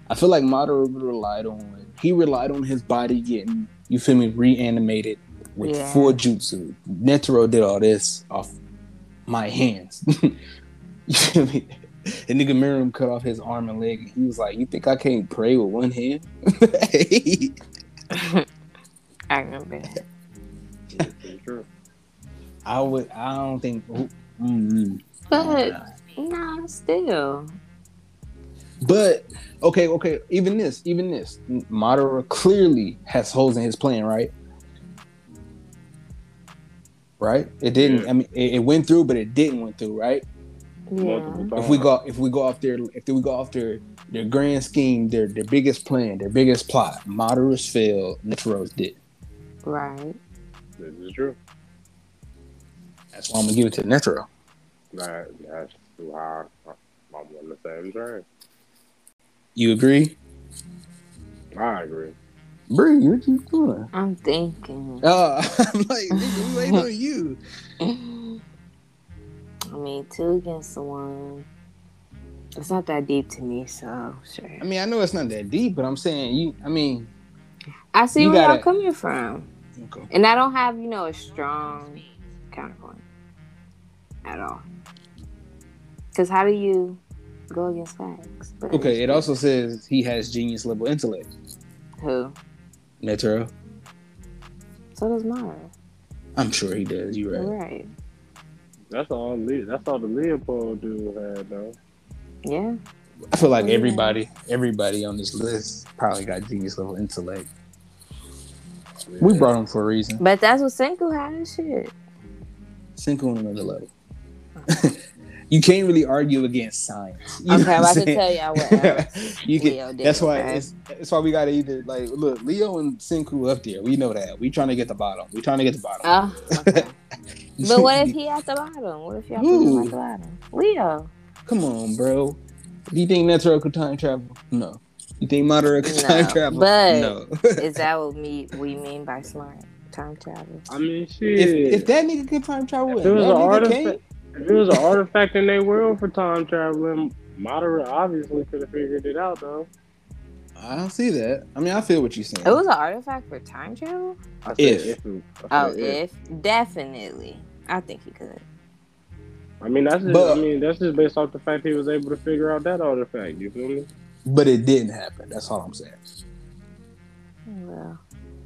Speaker 1: I feel like Madara relied on he relied on his body getting you feel me reanimated with
Speaker 2: Yeah.
Speaker 1: full jutsu. Netero did all this off my hands. you feel me? The nigga Miriam cut off his arm and leg, and he was like, "You think I can't pray with one hand?"
Speaker 2: I remember that.
Speaker 3: Sure.
Speaker 1: I would. I don't think. mm-hmm. Mm-mm.
Speaker 2: But no, still.
Speaker 1: But okay, okay. Even this, even this, Madara clearly has holes in his plan, right? right? It didn't.
Speaker 3: Yeah.
Speaker 1: I mean, it, it went through, but it didn't went through, right?
Speaker 2: Yeah.
Speaker 3: Multiple
Speaker 1: If we
Speaker 3: times.
Speaker 1: go, if we go off their, if we go off their, their grand scheme, their their biggest plan, their biggest plot, moderates failed, Nitro's did.
Speaker 2: Right.
Speaker 3: this is true.
Speaker 1: That's why I'm gonna give it to Netro.
Speaker 3: That, that's too high. I'm on the same train.
Speaker 1: You agree,
Speaker 3: I agree.
Speaker 1: Bree? What you doing?
Speaker 2: I'm thinking.
Speaker 1: Uh, I'm like, nigga, we ain't on you.
Speaker 2: I mean, two against the one. It's not that deep to me, so sure.
Speaker 1: I mean, I know it's not that deep, but I'm saying you. I mean,
Speaker 2: I see
Speaker 1: you
Speaker 2: where
Speaker 1: gotta-
Speaker 2: y'all coming from,
Speaker 1: okay.
Speaker 2: and I don't have you know a strong counterpoint at all. Because how do you go against facts? But-
Speaker 1: Okay, It also says he has genius level intellect.
Speaker 2: who?
Speaker 1: Netro.
Speaker 2: So does Mara.
Speaker 1: I'm sure he does. You're right.
Speaker 2: You're right.
Speaker 3: That's all. Le- That's all the Leopold dude had though.
Speaker 2: Yeah.
Speaker 1: I feel like everybody, everybody on this list probably got genius level intellect. We
Speaker 3: Yeah.
Speaker 1: brought him for a reason.
Speaker 2: But that's what Senku had and shit.
Speaker 1: Sink on another level. you can't really argue against science. You know
Speaker 2: Okay,
Speaker 1: what
Speaker 2: I'm
Speaker 1: I'm
Speaker 2: about to
Speaker 1: saying?
Speaker 2: tell y'all what else
Speaker 1: you can.
Speaker 2: Leo did.
Speaker 1: That's why.
Speaker 2: okay?
Speaker 1: It's, that's why we got to either like look Leo and Senku up there. We know that. We trying to get the bottom. We trying to get the bottom.
Speaker 2: Oh, okay. But what if he at the bottom? What if y'all put him
Speaker 1: Who?
Speaker 2: at the bottom? Leo.
Speaker 1: Come on, bro. Do you think Netro could time travel? No. You think Madara could
Speaker 2: No,
Speaker 1: time travel?
Speaker 2: but-
Speaker 1: no.
Speaker 2: Is that what me we mean by smart time travel?
Speaker 3: I mean, shit.
Speaker 1: if, if that nigga could time travel,
Speaker 3: If it
Speaker 1: and
Speaker 3: was an
Speaker 1: that nigga
Speaker 3: artifact,
Speaker 1: can't,
Speaker 3: if it was an artifact in their world for time traveling, Madara obviously could have figured it out though.
Speaker 1: I don't see that. I mean, I feel what you're saying.
Speaker 2: It was an artifact for time travel.
Speaker 3: I said
Speaker 1: If.
Speaker 3: it- I
Speaker 2: Oh,
Speaker 3: said
Speaker 2: if definitely, I think he could.
Speaker 3: I mean, that's just,
Speaker 1: But-
Speaker 3: I mean, that's just based off the fact he was able to figure out that artifact. You feel me?
Speaker 1: but it didn't happen. That's all I'm saying.
Speaker 2: Well,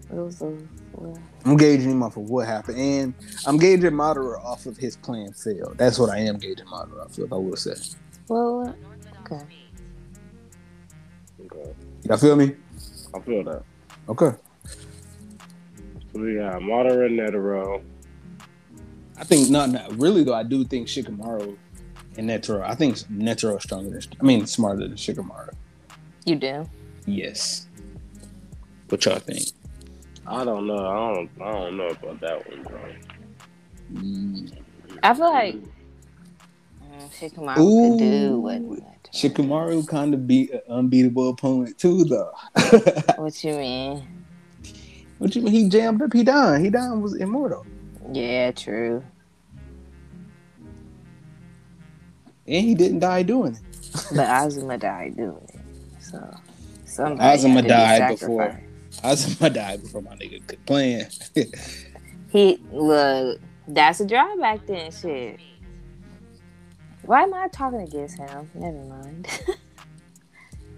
Speaker 2: it was a well,
Speaker 1: I'm gauging him off of what happened, and I'm gauging Madara off of his plan fail. That's what I am gauging Madara off of. I will say.
Speaker 2: well uh, okay.
Speaker 3: Okay.
Speaker 1: Y'all feel me?
Speaker 3: I feel that.
Speaker 1: Okay.
Speaker 3: So we got Madara and Netero.
Speaker 1: I think no, no. Really though, I do think Shikamaru and Netero. I think Netero is stronger than. I mean, smarter than Shikamaru.
Speaker 2: You do.
Speaker 1: Yes. What y'all think?
Speaker 3: I don't know. I don't. I don't know about that one, bro.
Speaker 1: Mm,
Speaker 2: I feel like mm, Shikamaru could do
Speaker 1: Ooh.
Speaker 2: what?
Speaker 1: Shikamaru kind of beat an unbeatable opponent too, though.
Speaker 2: What you mean?
Speaker 1: what you mean? He jammed up. He done. He done was immortal,
Speaker 2: Yeah, true.
Speaker 1: and he didn't die doing it.
Speaker 2: But Azuma died doing it. So somebody
Speaker 1: Azuma
Speaker 2: had to be
Speaker 1: died before.
Speaker 2: sacrificed.
Speaker 1: I was gonna die before my nigga could plan.
Speaker 2: He look. That's a drawback then. Shit. Why am I talking against him? Never mind.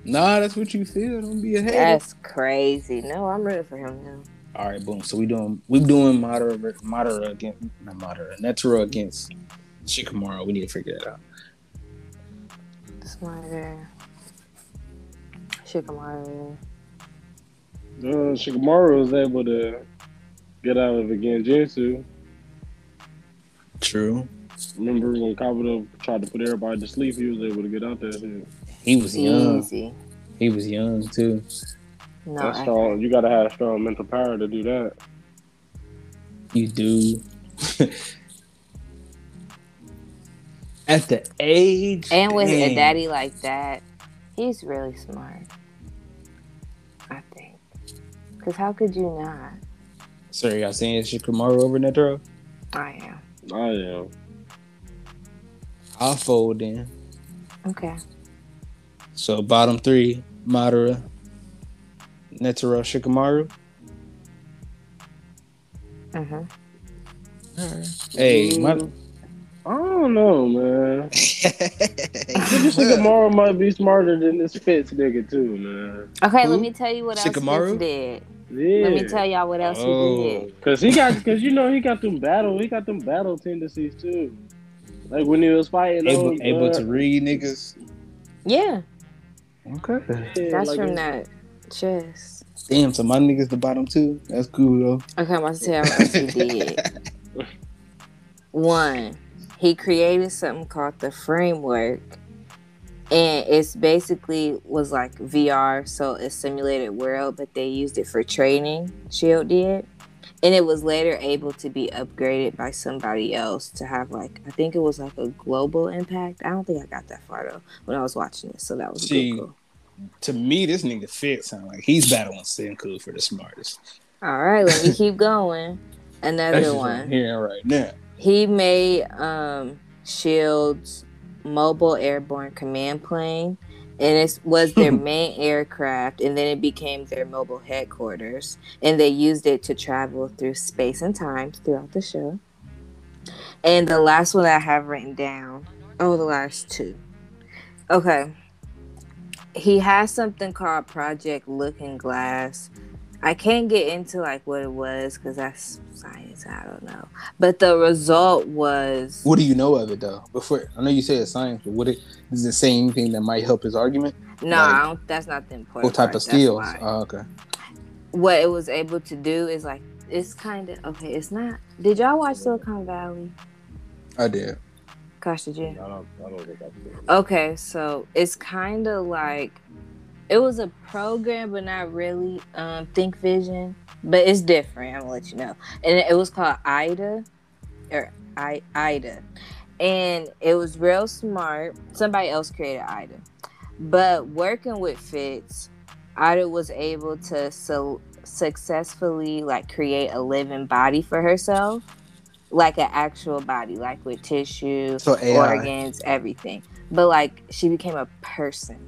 Speaker 1: Nah, that's what you feel. Don't be a hater.
Speaker 2: That's crazy. No, I'm rooting for him now.
Speaker 1: All right, boom. So we doing we doing moderate moderate against not moderate Netero against Shikamaru. We need to figure that out.
Speaker 2: Smarter. Shikamaru.
Speaker 3: Uh, Shikamaru was able to get out of the Genjutsu.
Speaker 1: True.
Speaker 3: Remember when Kabuto tried to put everybody to sleep? He was able to get out that shit.
Speaker 1: He was young.
Speaker 2: Easy.
Speaker 1: He was young too.
Speaker 2: No.
Speaker 3: That's
Speaker 2: I-
Speaker 3: strong. You gotta have strong mental power to do that.
Speaker 1: You do. At the age
Speaker 2: And with a
Speaker 1: Dang.
Speaker 2: daddy like that, he's really smart. I think. Cause how could you not?
Speaker 1: So y'all saying Shikamaru over Netero?
Speaker 2: I am.
Speaker 3: I am.
Speaker 1: I'll fold in.
Speaker 2: Okay.
Speaker 1: So bottom three, Madara, Netero, Shikamaru.
Speaker 2: Mm-hmm.
Speaker 1: Hey, Mad-
Speaker 3: Mm, I don't know, man.
Speaker 1: Shikamaru.
Speaker 3: Shikamaru might be smarter than this Fitz nigga too, man.
Speaker 2: Okay, let
Speaker 1: Who?
Speaker 2: me tell you what else
Speaker 1: Shikamaru?
Speaker 2: Fitz did.
Speaker 3: Yeah.
Speaker 2: Let me tell y'all what else he
Speaker 1: Oh.
Speaker 2: did.
Speaker 3: Cause he got, cause you know he got them battle, he got them battle tendencies too. Like when he was fighting,
Speaker 1: Able,
Speaker 3: those,
Speaker 1: able
Speaker 3: uh,
Speaker 1: to read niggas.
Speaker 2: Yeah,
Speaker 1: Okay.
Speaker 3: yeah,
Speaker 2: that's
Speaker 3: like
Speaker 2: from
Speaker 3: those-
Speaker 2: that chess.
Speaker 1: Damn, so my niggas the bottom two. That's cool though.
Speaker 2: Okay, I'm about to tell y'all what else he did. One, he created something called the framework, and it's basically was like VR, so it's simulated world, but they used it for training. Shield did, and it was later able to be upgraded by somebody else to have like I think it was like a global impact. I don't think I got that far though when I was watching it, so that was
Speaker 1: See,
Speaker 2: cool.
Speaker 1: To me, this nigga fit sound like he's battling Senku for the smartest.
Speaker 2: All right, let me keep going. Another
Speaker 1: just
Speaker 2: one.
Speaker 1: here right now.
Speaker 2: He made um, Shield's mobile airborne command plane, and it was their main aircraft, and then it became their mobile headquarters, and they used it to travel through space and time throughout the show. And the last one I have written down, oh, the last two. Okay. He has something called Project Looking Glass. I can't get into like what it was because that's science. I don't know. But the result was
Speaker 1: What do you know of it though? Before I know you said it's science, but what it is the same thing that might help his argument?
Speaker 2: no,
Speaker 1: like,
Speaker 2: I don't, that's not the important.
Speaker 1: What type
Speaker 2: part,
Speaker 1: of
Speaker 2: that's
Speaker 1: skills?
Speaker 2: why.
Speaker 1: Oh, okay.
Speaker 2: what it was able to do is like it's kind of okay. It's not. Did y'all watch Silicon Valley?
Speaker 1: I did.
Speaker 2: Gosh, did you?
Speaker 3: I don't, I don't think I've seen it.
Speaker 2: Okay, so it's kind of like it was a program, but not really um, Think Vision, but it's different. I'm gonna let you know. And it was called Ida or I Ida, and it was real smart. Somebody else created Ida, but working with Fitz, Ida was able to so successfully like create a living body for herself, like an actual body, like with tissue,
Speaker 1: So AI,
Speaker 2: organs, everything. But like she became a person.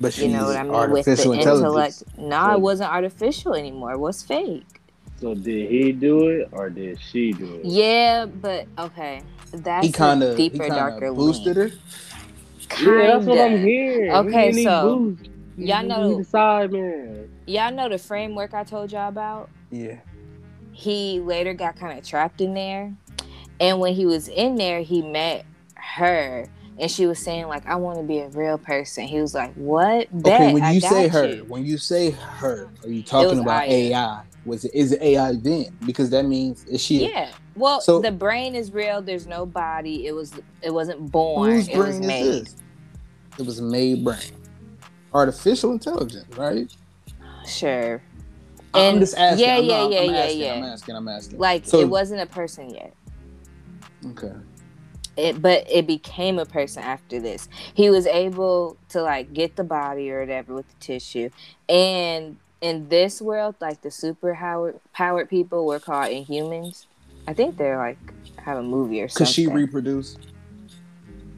Speaker 1: but
Speaker 2: You
Speaker 1: she's
Speaker 2: know what I mean?
Speaker 1: artificial
Speaker 2: With the
Speaker 1: intelligence.
Speaker 2: intellect. No, it wasn't artificial anymore. It was fake.
Speaker 3: So did he do it or did she do it?
Speaker 2: Yeah, but okay. That's
Speaker 1: He kind
Speaker 2: a
Speaker 1: of
Speaker 2: deeper, darker
Speaker 1: boosted
Speaker 2: link.
Speaker 1: her.
Speaker 3: Yeah, that's what I'm
Speaker 2: Kinda.
Speaker 3: hearing.
Speaker 2: Okay,
Speaker 3: We need
Speaker 2: so,
Speaker 3: boost. We
Speaker 2: y'all
Speaker 3: need
Speaker 2: know-
Speaker 3: the side man.
Speaker 2: Y'all know the framework I told y'all about?
Speaker 1: Yeah.
Speaker 2: he later got kind of trapped in there. And when he was in there, he met her, and she was saying like, "I want to be a real person." He was like, "What? Bet,
Speaker 1: Okay, when
Speaker 2: I
Speaker 1: you
Speaker 2: got
Speaker 1: say her,
Speaker 2: you."
Speaker 1: when you say her, are you talking about
Speaker 2: Aya.
Speaker 1: AI? Was it is it AI then? Because that means is she
Speaker 2: yeah. Well,
Speaker 1: So-
Speaker 2: the brain is real. There's no body. It was. It wasn't born.
Speaker 1: whose
Speaker 2: it was
Speaker 1: brain
Speaker 2: made.
Speaker 1: is this? It was made brain. Artificial intelligence, right?
Speaker 2: Sure.
Speaker 1: I'm
Speaker 2: And-
Speaker 1: just asking.
Speaker 2: yeah,
Speaker 1: I'm not-
Speaker 2: yeah,
Speaker 1: I'm
Speaker 2: yeah, yeah,
Speaker 1: asking,
Speaker 2: yeah.
Speaker 1: I'm asking. I'm asking.
Speaker 2: Like
Speaker 1: So-
Speaker 2: it wasn't a person yet.
Speaker 1: okay.
Speaker 2: it but it became a person after this he was able to like get the body or whatever with the tissue and in this world like the super powered powered people were called inhumans i think they're like have a movie or something
Speaker 1: Could she reproduce?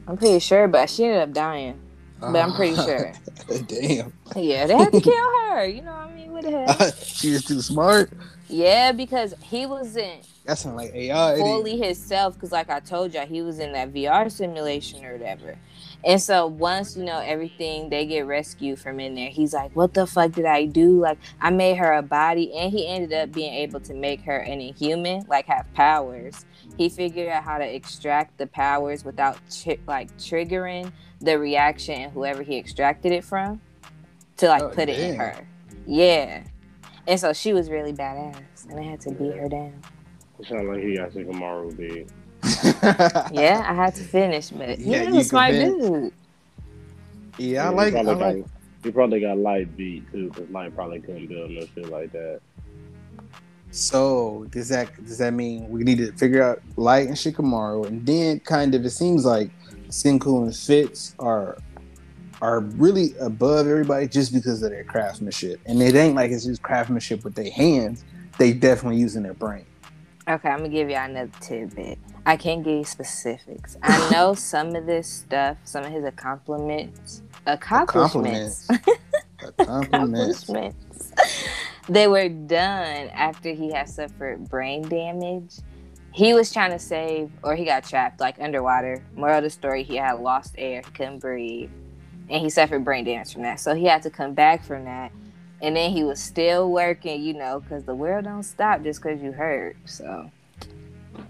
Speaker 2: i'm pretty sure but she ended up dying But I'm pretty sure.
Speaker 1: Damn.
Speaker 2: yeah they had to kill her you know what i mean what the hell
Speaker 1: she was too smart.
Speaker 2: yeah because he wasn't
Speaker 1: That sounds like AI.
Speaker 2: fully himself because like i told y'all he was in that vr simulation or whatever and so once you know everything they get rescued from in there he's like what the fuck did i do like i made her a body and he ended up being able to make her an inhuman like have powers he figured out how to extract the powers without chi- like triggering the reaction and whoever he extracted it from to like
Speaker 1: Oh,
Speaker 2: put it in
Speaker 1: damn.
Speaker 2: her yeah and so she was really badass and i had to beat her down
Speaker 3: It sounds like he got Shikamaru big.
Speaker 2: yeah, I had to finish, but
Speaker 1: Yeah,
Speaker 2: yeah,
Speaker 1: you
Speaker 2: he's a smart
Speaker 1: convinced-
Speaker 2: dude.
Speaker 1: Yeah, I like.
Speaker 3: He
Speaker 1: I
Speaker 3: probably,
Speaker 1: like.
Speaker 3: got, he probably got light beat too, because light probably couldn't build no shit like that.
Speaker 1: So does that does that mean we need to figure out Light and Shikamaru, and then kind of it seems like Senku and Fitz are are really above everybody just because of their craftsmanship, and it ain't like it's just craftsmanship with their hands. They definitely using their brain.
Speaker 2: Okay, I'm gonna give y'all another tidbit. I can't give you specifics. I know some of this stuff, some of his accomplishments, accomplishments,
Speaker 1: A compliment.
Speaker 2: accomplishments, they were done after he had suffered brain damage. He was trying to save, or he got trapped like underwater. Moral of the story: he had lost air, he couldn't breathe, and he suffered brain damage from that. So he had to come back from that. and then he was still working, you know, because the world don't stop just because you hurt. So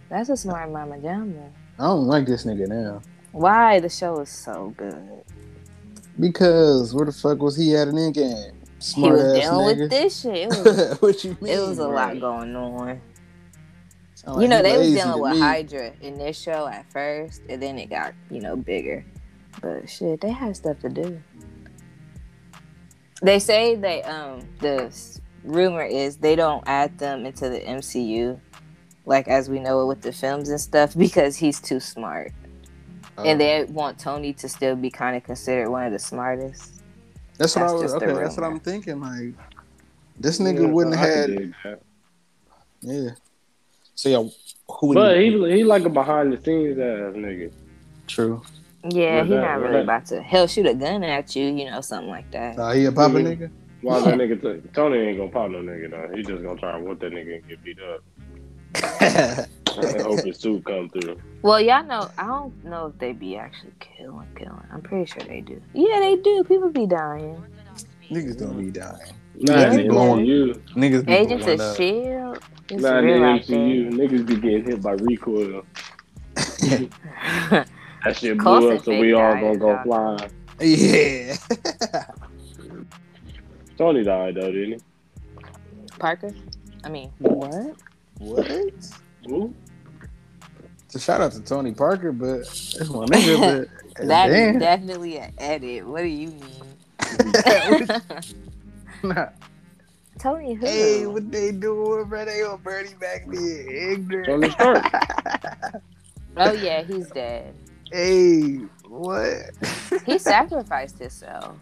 Speaker 2: that's a smart mama jama.
Speaker 1: I don't like this nigga now
Speaker 2: Why the show is so good?
Speaker 1: because where the fuck was he at in Endgame?
Speaker 2: He
Speaker 1: Smart
Speaker 2: was
Speaker 1: ass
Speaker 2: dealing
Speaker 1: nigga.
Speaker 2: with this shit. It was,
Speaker 1: what you mean?
Speaker 2: it was a
Speaker 1: bro?
Speaker 2: lot going on.
Speaker 1: Sound
Speaker 2: you
Speaker 1: like
Speaker 2: know,
Speaker 1: he
Speaker 2: they was
Speaker 1: lazy
Speaker 2: dealing
Speaker 1: to
Speaker 2: with
Speaker 1: me.
Speaker 2: Hydra in this show at first, and then it got, you know, bigger. But shit, they had stuff to do. They say they um the s- rumor is they don't add them into the MCU, like as we know it with the films and stuff, because he's too smart,
Speaker 1: Uh,
Speaker 2: and
Speaker 1: Oh.
Speaker 2: they want Tony to still be kind of considered one of the smartest.
Speaker 1: That's what
Speaker 2: That's
Speaker 1: I was.
Speaker 2: just the
Speaker 1: Okay, that's what
Speaker 2: rumor.
Speaker 1: I'm thinking. Like, this
Speaker 3: Yeah,
Speaker 1: nigga wouldn't
Speaker 3: I
Speaker 1: have
Speaker 3: could
Speaker 1: had.
Speaker 3: dig that.
Speaker 1: Yeah. So yeah, who would?
Speaker 3: But he he like a behind the scenes ass nigga.
Speaker 1: True.
Speaker 2: Yeah,
Speaker 3: Yeah,
Speaker 2: he's
Speaker 3: that-
Speaker 2: not
Speaker 3: yeah,
Speaker 2: really
Speaker 3: that-
Speaker 2: about to hell shoot a gun at you, you know, something like that.
Speaker 1: Uh, he a papa
Speaker 3: Mhm.
Speaker 1: nigga.
Speaker 3: Why that nigga t- Tony ain't gonna pop no nigga though. He just gonna try and whoop that nigga and get beat up. I hope his suit come through.
Speaker 2: Well, y'all know, I don't know if they be actually killing, killing. I'm pretty sure they do. Yeah, they do. People be dying.
Speaker 1: Niggas don't be dying.
Speaker 3: Nah,
Speaker 1: Yeah,
Speaker 3: in
Speaker 1: they blowing-
Speaker 3: MCU.
Speaker 1: Niggas be
Speaker 2: Agents
Speaker 1: blowing
Speaker 2: of
Speaker 1: up.
Speaker 2: S.H.I.E.L.D. It's
Speaker 3: Nah, in the
Speaker 2: real out
Speaker 3: MCU, niggas be getting hit by recoil.
Speaker 2: there.
Speaker 3: That shit
Speaker 2: Coffin
Speaker 3: blew up, so we
Speaker 2: fake
Speaker 3: all
Speaker 2: died
Speaker 3: gonna
Speaker 2: as
Speaker 3: go
Speaker 2: well.
Speaker 3: fly.
Speaker 1: Yeah.
Speaker 3: Tony died though, didn't
Speaker 2: Parker? I mean,
Speaker 1: what? What?
Speaker 3: he? Who?
Speaker 1: So shout out to Tony Parker, but that's my nigga. But
Speaker 2: that is
Speaker 1: damn.
Speaker 2: definitely an edit. What do you mean? Tony who?
Speaker 1: hey, what they doing, bro? They on Bernie back there, ignorant.
Speaker 3: Tony Stark.
Speaker 2: Oh, yeah, he's dead.
Speaker 1: Hey, what?
Speaker 2: He sacrificed himself.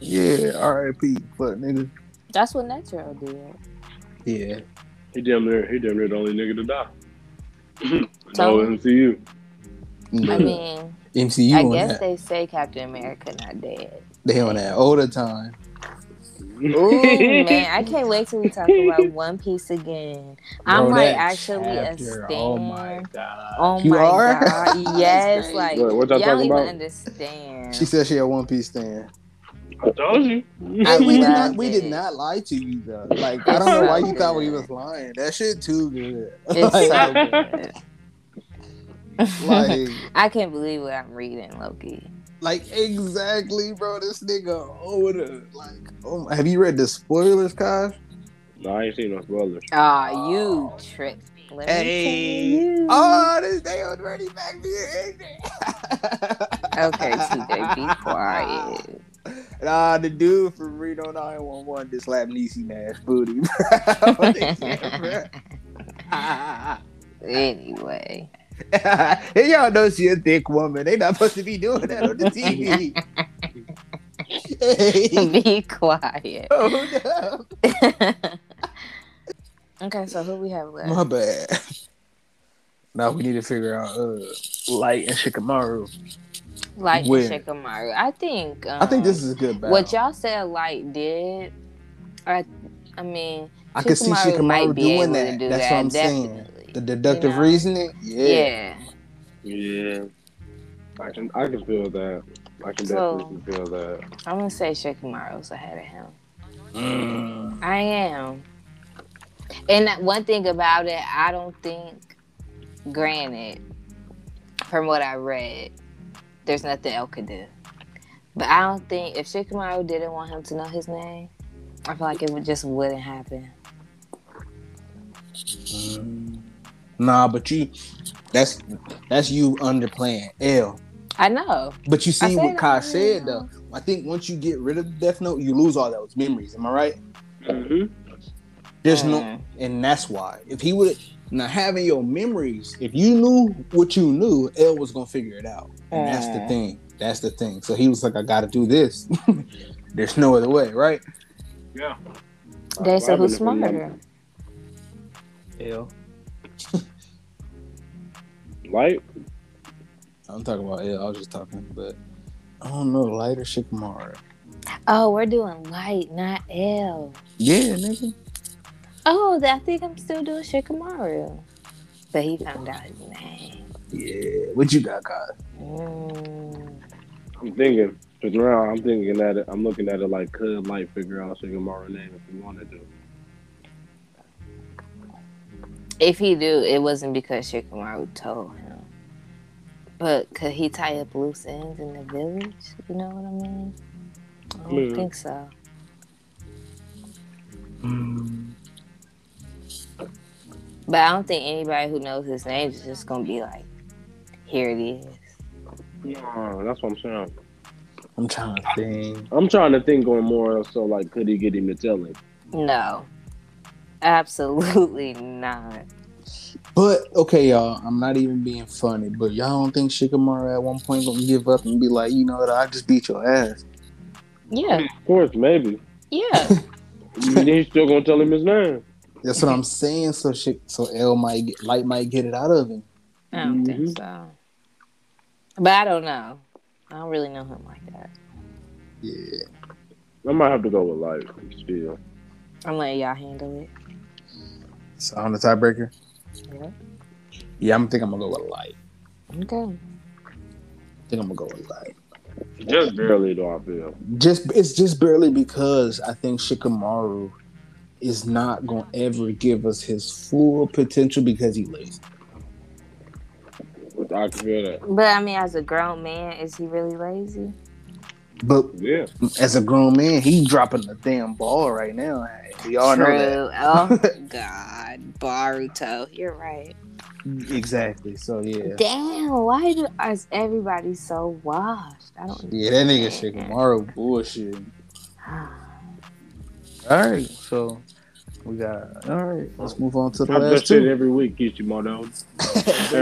Speaker 1: Yeah, R.I.P. Fuck nigga.
Speaker 2: That's what Netro did.
Speaker 1: Yeah.
Speaker 3: he damn near he damn near the only nigga to die. no
Speaker 2: Tony.
Speaker 3: MCU.
Speaker 2: I mean,
Speaker 1: MCU
Speaker 2: I
Speaker 1: on
Speaker 2: guess
Speaker 1: that.
Speaker 2: they say Captain America not dead.
Speaker 1: They, on that all the time.
Speaker 2: Ooh, Oh, man, I can't wait till we talk about One Piece again. I
Speaker 1: Bro,
Speaker 2: might
Speaker 1: that
Speaker 2: actually a
Speaker 1: chapter,
Speaker 2: stand.
Speaker 1: Oh my god.
Speaker 2: Oh
Speaker 1: You
Speaker 2: my
Speaker 1: are?
Speaker 2: god! Yes,
Speaker 1: Dang.
Speaker 2: like
Speaker 3: What- what y'all
Speaker 2: don't
Speaker 3: talking
Speaker 2: even
Speaker 3: about?
Speaker 2: understand.
Speaker 1: She said she had one piece stand.
Speaker 3: I told you.
Speaker 2: I
Speaker 1: we did
Speaker 2: love
Speaker 1: not we did
Speaker 2: it.
Speaker 1: not lie to you though. Like I don't know why you thought we was lying. That shit too good.
Speaker 2: It's so
Speaker 1: like,
Speaker 2: good.
Speaker 1: like
Speaker 2: I can't believe what I'm reading, Loki.
Speaker 1: like, exactly, bro. This nigga older. Like oh my, have you read the spoilers,
Speaker 2: Mm-hmm.
Speaker 1: Kai?
Speaker 3: No, I ain't seen no spoilers.
Speaker 2: Ah, you trick. Let me
Speaker 1: Hey.
Speaker 2: tell you.
Speaker 1: Oh, this day on Dirty Back there.
Speaker 2: Okay, TJ, be quiet.
Speaker 1: Nah, the dude from Reno 911 just slapped Niecy Nash booty. bro.
Speaker 2: Anyway,
Speaker 1: hey, y'all know she a thick woman. They not supposed to be doing that on the TV. hey.
Speaker 2: be quiet.
Speaker 1: Oh,
Speaker 2: okay, so who we have
Speaker 1: no.
Speaker 2: left?
Speaker 1: My bad. Now we need to figure out uh, Light and Shikamaru.
Speaker 2: Light and
Speaker 1: Win.
Speaker 2: Shikamaru. I think. Um,
Speaker 1: I think this is a good battle.
Speaker 2: what y'all said. Light did. I, I mean,
Speaker 1: I could see Shikamaru
Speaker 2: might be
Speaker 1: doing
Speaker 2: able
Speaker 1: that.
Speaker 2: to do
Speaker 1: That's
Speaker 2: that.
Speaker 1: what I'm saying.
Speaker 2: definitely.
Speaker 1: The deductive
Speaker 2: You know?
Speaker 1: reasoning. Yeah.
Speaker 2: Yeah.
Speaker 3: Yeah. I can I can feel that. I can
Speaker 2: So-
Speaker 3: definitely feel that.
Speaker 2: I'm gonna say Shikamaru's ahead of him.
Speaker 1: Mm.
Speaker 2: I am. And that one thing about it, I don't think. Granted, from what I read, there's nothing El could do. But I don't think if Shikamaru didn't want him to know his name, I feel like it would just wouldn't happen.
Speaker 1: Mm. Nah, but you that's that's you underplaying L.
Speaker 2: I know.
Speaker 1: But you
Speaker 2: I
Speaker 1: see what
Speaker 2: said
Speaker 1: Kai
Speaker 2: that,
Speaker 1: said
Speaker 2: yeah.
Speaker 1: though. I think once you get rid of Death Note, you lose all those memories. Am I right?
Speaker 3: Mm-hmm.
Speaker 1: There's no
Speaker 2: Mm.
Speaker 1: and that's why. If he would not having your memories, if you knew what you knew, L was gonna figure it out. And that's the
Speaker 2: Mm.
Speaker 1: thing. That's the thing. So he was like, I gotta do this. There's no other way, right?
Speaker 3: Yeah.
Speaker 2: They said who's
Speaker 3: Robin, if I'm
Speaker 2: smarter?
Speaker 1: L.
Speaker 3: Light?
Speaker 1: I'm talking about L, I was just talking, but I don't know, lighter Shikamaru.
Speaker 2: Oh, we're doing light, not L.
Speaker 1: Yeah, nigga.
Speaker 2: Oh, I think I'm still doing Shikamaru. But he found out his name.
Speaker 1: Yeah. What you got, Kai?
Speaker 2: Mm.
Speaker 3: I'm thinking. Cause now I'm thinking at it. I'm looking at it like could Light figure out Shigamaru's name if he wanted to.
Speaker 2: If he do, it wasn't because Shikamaru told him. But could he tie up loose ends in the village? You know what I mean? I don't
Speaker 3: Yeah.
Speaker 2: think so. But I don't think anybody who knows his name is just gonna be like, here it is.
Speaker 3: No, that's what I'm saying.
Speaker 1: I'm trying to think.
Speaker 3: I'm trying to think on more so like, could he get him to tell it?
Speaker 2: No, absolutely not.
Speaker 1: But okay, y'all, I'm not even being funny. But y'all don't think Shikamaru at one point gonna give up and be like, you know what? I just beat your ass.
Speaker 2: Yeah,
Speaker 3: Of course, maybe.
Speaker 2: yeah.
Speaker 3: He's still gonna tell him his name.
Speaker 1: That's what I'm saying. So shit, so L might get, light might get it out of him.
Speaker 2: I don't
Speaker 1: Mm-hmm.
Speaker 2: think so. But I don't know. I don't really know him like that.
Speaker 1: Yeah.
Speaker 3: I might have to go with life still.
Speaker 2: I'm letting y'all handle it.
Speaker 1: So on the tiebreaker.
Speaker 2: Yeah.
Speaker 1: Yeah, I'm think I'm gonna go with light.
Speaker 2: Okay.
Speaker 1: I think I'm gonna go with light.
Speaker 3: Just barely though, I feel.
Speaker 1: Just it's just barely because I think Shikamaru is not gonna ever give us his full potential because he lazy.
Speaker 3: I can feel that.
Speaker 2: But I mean, as a grown man, is he really lazy?
Speaker 1: But
Speaker 3: Yeah.
Speaker 1: as a grown man, he dropping the damn ball right now. We all know
Speaker 2: Oh God, Baruto, you're right.
Speaker 1: that. Exactly. So yeah.
Speaker 2: Damn, why do, is everybody so washed? I don't.
Speaker 1: Yeah, that nigga Shikamaru bullshit. All right, so we got all right. Let's move on to the
Speaker 3: I
Speaker 1: last
Speaker 3: bet shit
Speaker 1: two.
Speaker 3: every week, Kishimoto.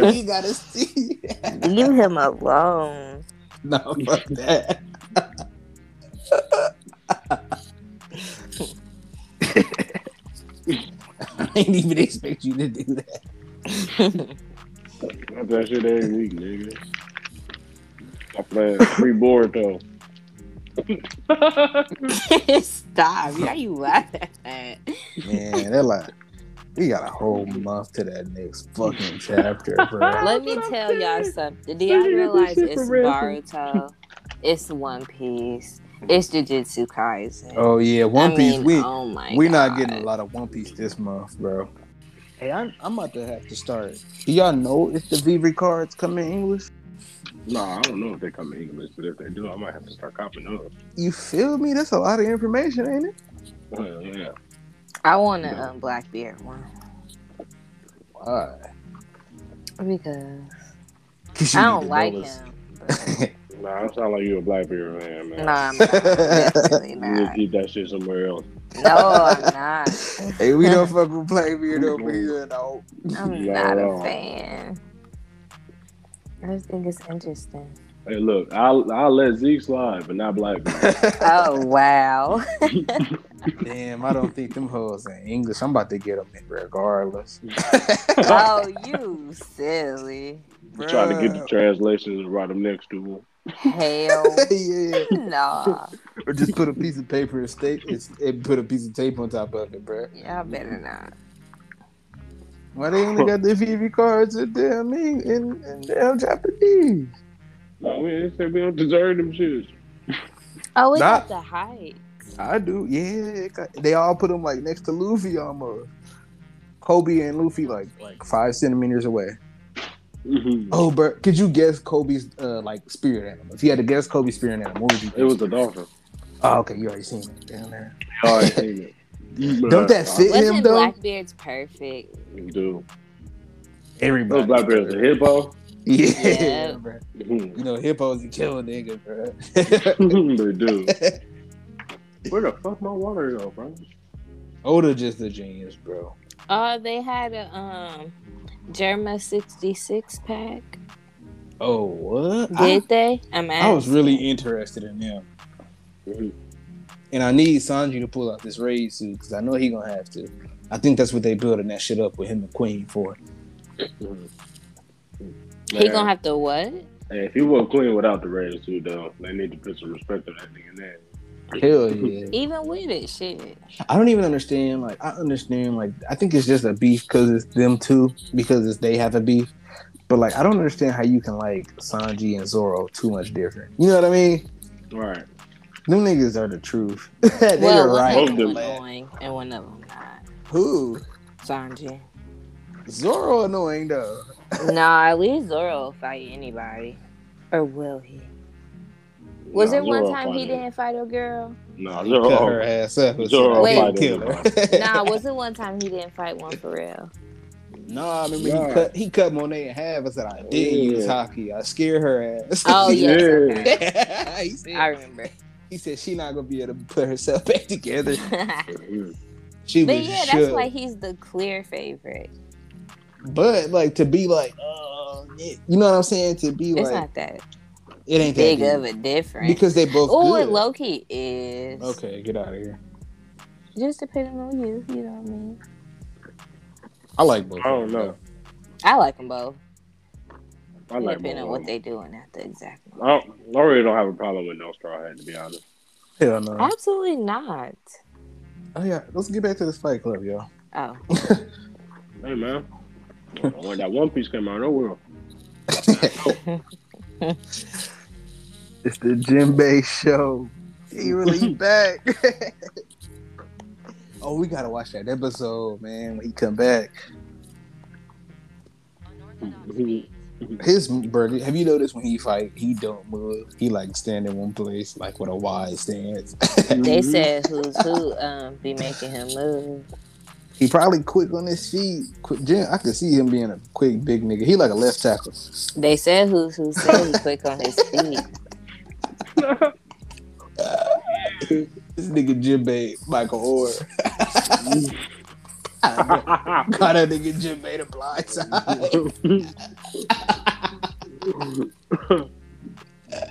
Speaker 1: we gotta see.
Speaker 2: Leave him alone.
Speaker 1: no, fuck that. I didn't even expect you to do that.
Speaker 3: I bet shit every week, nigga. I play free board though.
Speaker 2: Stop. Why you laugh at that?
Speaker 1: Man, they're like, we got a whole month to that next fucking chapter, bro.
Speaker 2: Let me tell y'all something. Do y'all realize it's Baruto? It's One Piece. It's Jujutsu Kaisen.
Speaker 1: Oh yeah, One
Speaker 2: I
Speaker 1: Piece.
Speaker 2: mean,
Speaker 1: we
Speaker 2: oh my
Speaker 1: We're not
Speaker 2: God.
Speaker 1: getting a lot of One Piece this month, bro. Hey, I'm, I'm about to have to start. Do y'all know if the Vivi cards come in English?
Speaker 3: Nah, I don't know if they come in English, but if they do, I might have to start copying up.
Speaker 1: You feel me? That's a lot of information, ain't it?
Speaker 3: Well, yeah.
Speaker 2: I want a um, Blackbeard one
Speaker 1: Why?
Speaker 2: because I don't like him. but-
Speaker 3: Nah, I sound like you a Blackbeard fan, man.
Speaker 2: No, I'm not. Definitely
Speaker 3: You need to
Speaker 2: not.
Speaker 3: keep that shit somewhere else.
Speaker 2: No, I'm not.
Speaker 1: hey, we don't fuck with Blackbeard over here, though.
Speaker 2: I'm
Speaker 3: Not
Speaker 2: not
Speaker 3: at
Speaker 2: a
Speaker 3: all.
Speaker 2: fan. I just think it's interesting.
Speaker 3: Hey, look, I'll, I'll let Zeke slide, but not Blackbeard.
Speaker 2: Oh wow.
Speaker 1: Damn, I don't think them hoes in English. I'm about to get them in regardless.
Speaker 2: oh, you silly.
Speaker 3: You Trying to get the translations and write them next to him.
Speaker 2: Hell
Speaker 1: yeah,
Speaker 2: no.
Speaker 1: or just put a piece of paper and, sta- and- and put a piece of tape on top of it, bro.
Speaker 2: Y'all better not.
Speaker 1: Why they only got the VV cards in damn Eng- in, in damn Japanese?
Speaker 3: No, we they said we don't deserve them shits.
Speaker 2: Oh, we
Speaker 1: Not-
Speaker 2: got the height.
Speaker 1: I do, yeah. it got- They all put them like next to Luffy almost. Kobe and Luffy like like five centimeters away.
Speaker 3: Mhm.
Speaker 1: Oh, bro, could you guess Kobe's uh, like spirit animal? If you had to guess Kobe's spirit animal, what would you?
Speaker 3: It was a dolphin.
Speaker 1: Oh, okay, you already seen it. Damn there.
Speaker 3: I already seen it.
Speaker 1: Don't that fit him
Speaker 2: Wasn't
Speaker 1: though?
Speaker 2: Blackbeard's perfect?
Speaker 3: Dude,
Speaker 1: Everybody.
Speaker 3: those Blackbeard's a hippo.
Speaker 1: Yeah,
Speaker 2: Yeah.
Speaker 1: bruh.
Speaker 3: Mhm.
Speaker 1: You know hippos you kill niggas, bro.
Speaker 3: they do. Where the fuck my water go, bro?
Speaker 1: Oda just a genius, bro.
Speaker 2: Oh, they had a um Germa 66 pack.
Speaker 1: Oh what? I,
Speaker 2: Did they? I'm
Speaker 1: I was
Speaker 2: asking.
Speaker 1: really interested in him,
Speaker 3: Mhm.
Speaker 1: and I need Sanji to pull out this raid suit because I know he gonna have to. I think that's what they building that shit up with him and Queen for.
Speaker 3: Mhm.
Speaker 2: He
Speaker 3: Man,
Speaker 2: gonna have to what?
Speaker 3: hey, if he was clean without the Raiders, too, though, they need to put some respect on that nigga name.
Speaker 1: Hell yeah.
Speaker 2: Even with it, shit.
Speaker 1: I don't even understand. Like, I understand. Like, I think it's just a beef because it's them two because it's they have a beef. But like, I don't understand how you can like Sanji and Zoro too much different. You know what I mean?
Speaker 3: Right.
Speaker 1: Them niggas are the truth. they are
Speaker 2: well, one
Speaker 1: right.
Speaker 2: of
Speaker 3: Both
Speaker 2: them
Speaker 3: do.
Speaker 2: annoying and one of them not.
Speaker 1: Who?
Speaker 2: Sanji.
Speaker 1: Zoro annoying though.
Speaker 2: nah, at least Zoro will fight anybody. Or will he? Was
Speaker 3: Nah,
Speaker 2: there one
Speaker 3: Zoro
Speaker 2: time he
Speaker 3: fighting.
Speaker 2: didn't fight a girl?
Speaker 3: Nah, oh.
Speaker 1: Cut her
Speaker 3: Zoro.
Speaker 1: ass up.
Speaker 3: Zoro
Speaker 2: Wait.
Speaker 1: kill her.
Speaker 2: nah, was it one time he didn't fight one for real?
Speaker 1: Nah, I remember
Speaker 3: Yeah.
Speaker 1: he cut he cut Monet in half. I said, I did
Speaker 3: Yeah.
Speaker 1: use hockey. I scared her ass.
Speaker 2: Oh yes,
Speaker 3: Yeah.
Speaker 2: okay.
Speaker 1: he, said,
Speaker 2: I remember.
Speaker 1: he said she not gonna be able to put herself back together.
Speaker 2: but
Speaker 1: She was
Speaker 2: yeah, that's
Speaker 1: shook.
Speaker 2: why he's the clear favorite.
Speaker 1: But like to be like, oh, yeah, you know what I'm saying? To be
Speaker 2: It's
Speaker 1: like,
Speaker 2: not that
Speaker 1: it ain't that
Speaker 2: big
Speaker 1: deep.
Speaker 2: of a difference.
Speaker 1: because they both.
Speaker 2: oh,
Speaker 1: good.
Speaker 2: and low key is
Speaker 1: Okay, get out of here.
Speaker 2: just depending on you. You know what I mean?
Speaker 1: I like both.
Speaker 3: I don't know.
Speaker 2: I like them both,
Speaker 3: I like
Speaker 2: depending on
Speaker 3: both
Speaker 2: what
Speaker 3: of them.
Speaker 2: they doing at the exact moment.
Speaker 3: I, don't- I really don't have a problem with no straw hat to be honest.
Speaker 1: Hell no.
Speaker 2: Absolutely not.
Speaker 1: Oh yeah, let's get back to this Fight Club, y'all.
Speaker 2: Oh,
Speaker 3: Hey man, when that One Piece came out, oh, no world.
Speaker 1: It's the Jim Bay show. He really back. oh, we gotta watch that episode, man. When he come back, his brother. Have you noticed when he fight, he don't move. He like stand in one place, like with a wide stance.
Speaker 2: they
Speaker 1: Mm-hmm.
Speaker 3: Mhm.
Speaker 2: said who's who um be making him move.
Speaker 1: He probably quick on his feet. Quick, Jim, I could see him being a quick big nigga. He like a left tackle.
Speaker 2: They said who's who said he quick on his feet.
Speaker 1: This nigga Jim Bay, Michael Orr. I Got that nigga Jim Bay to blind side.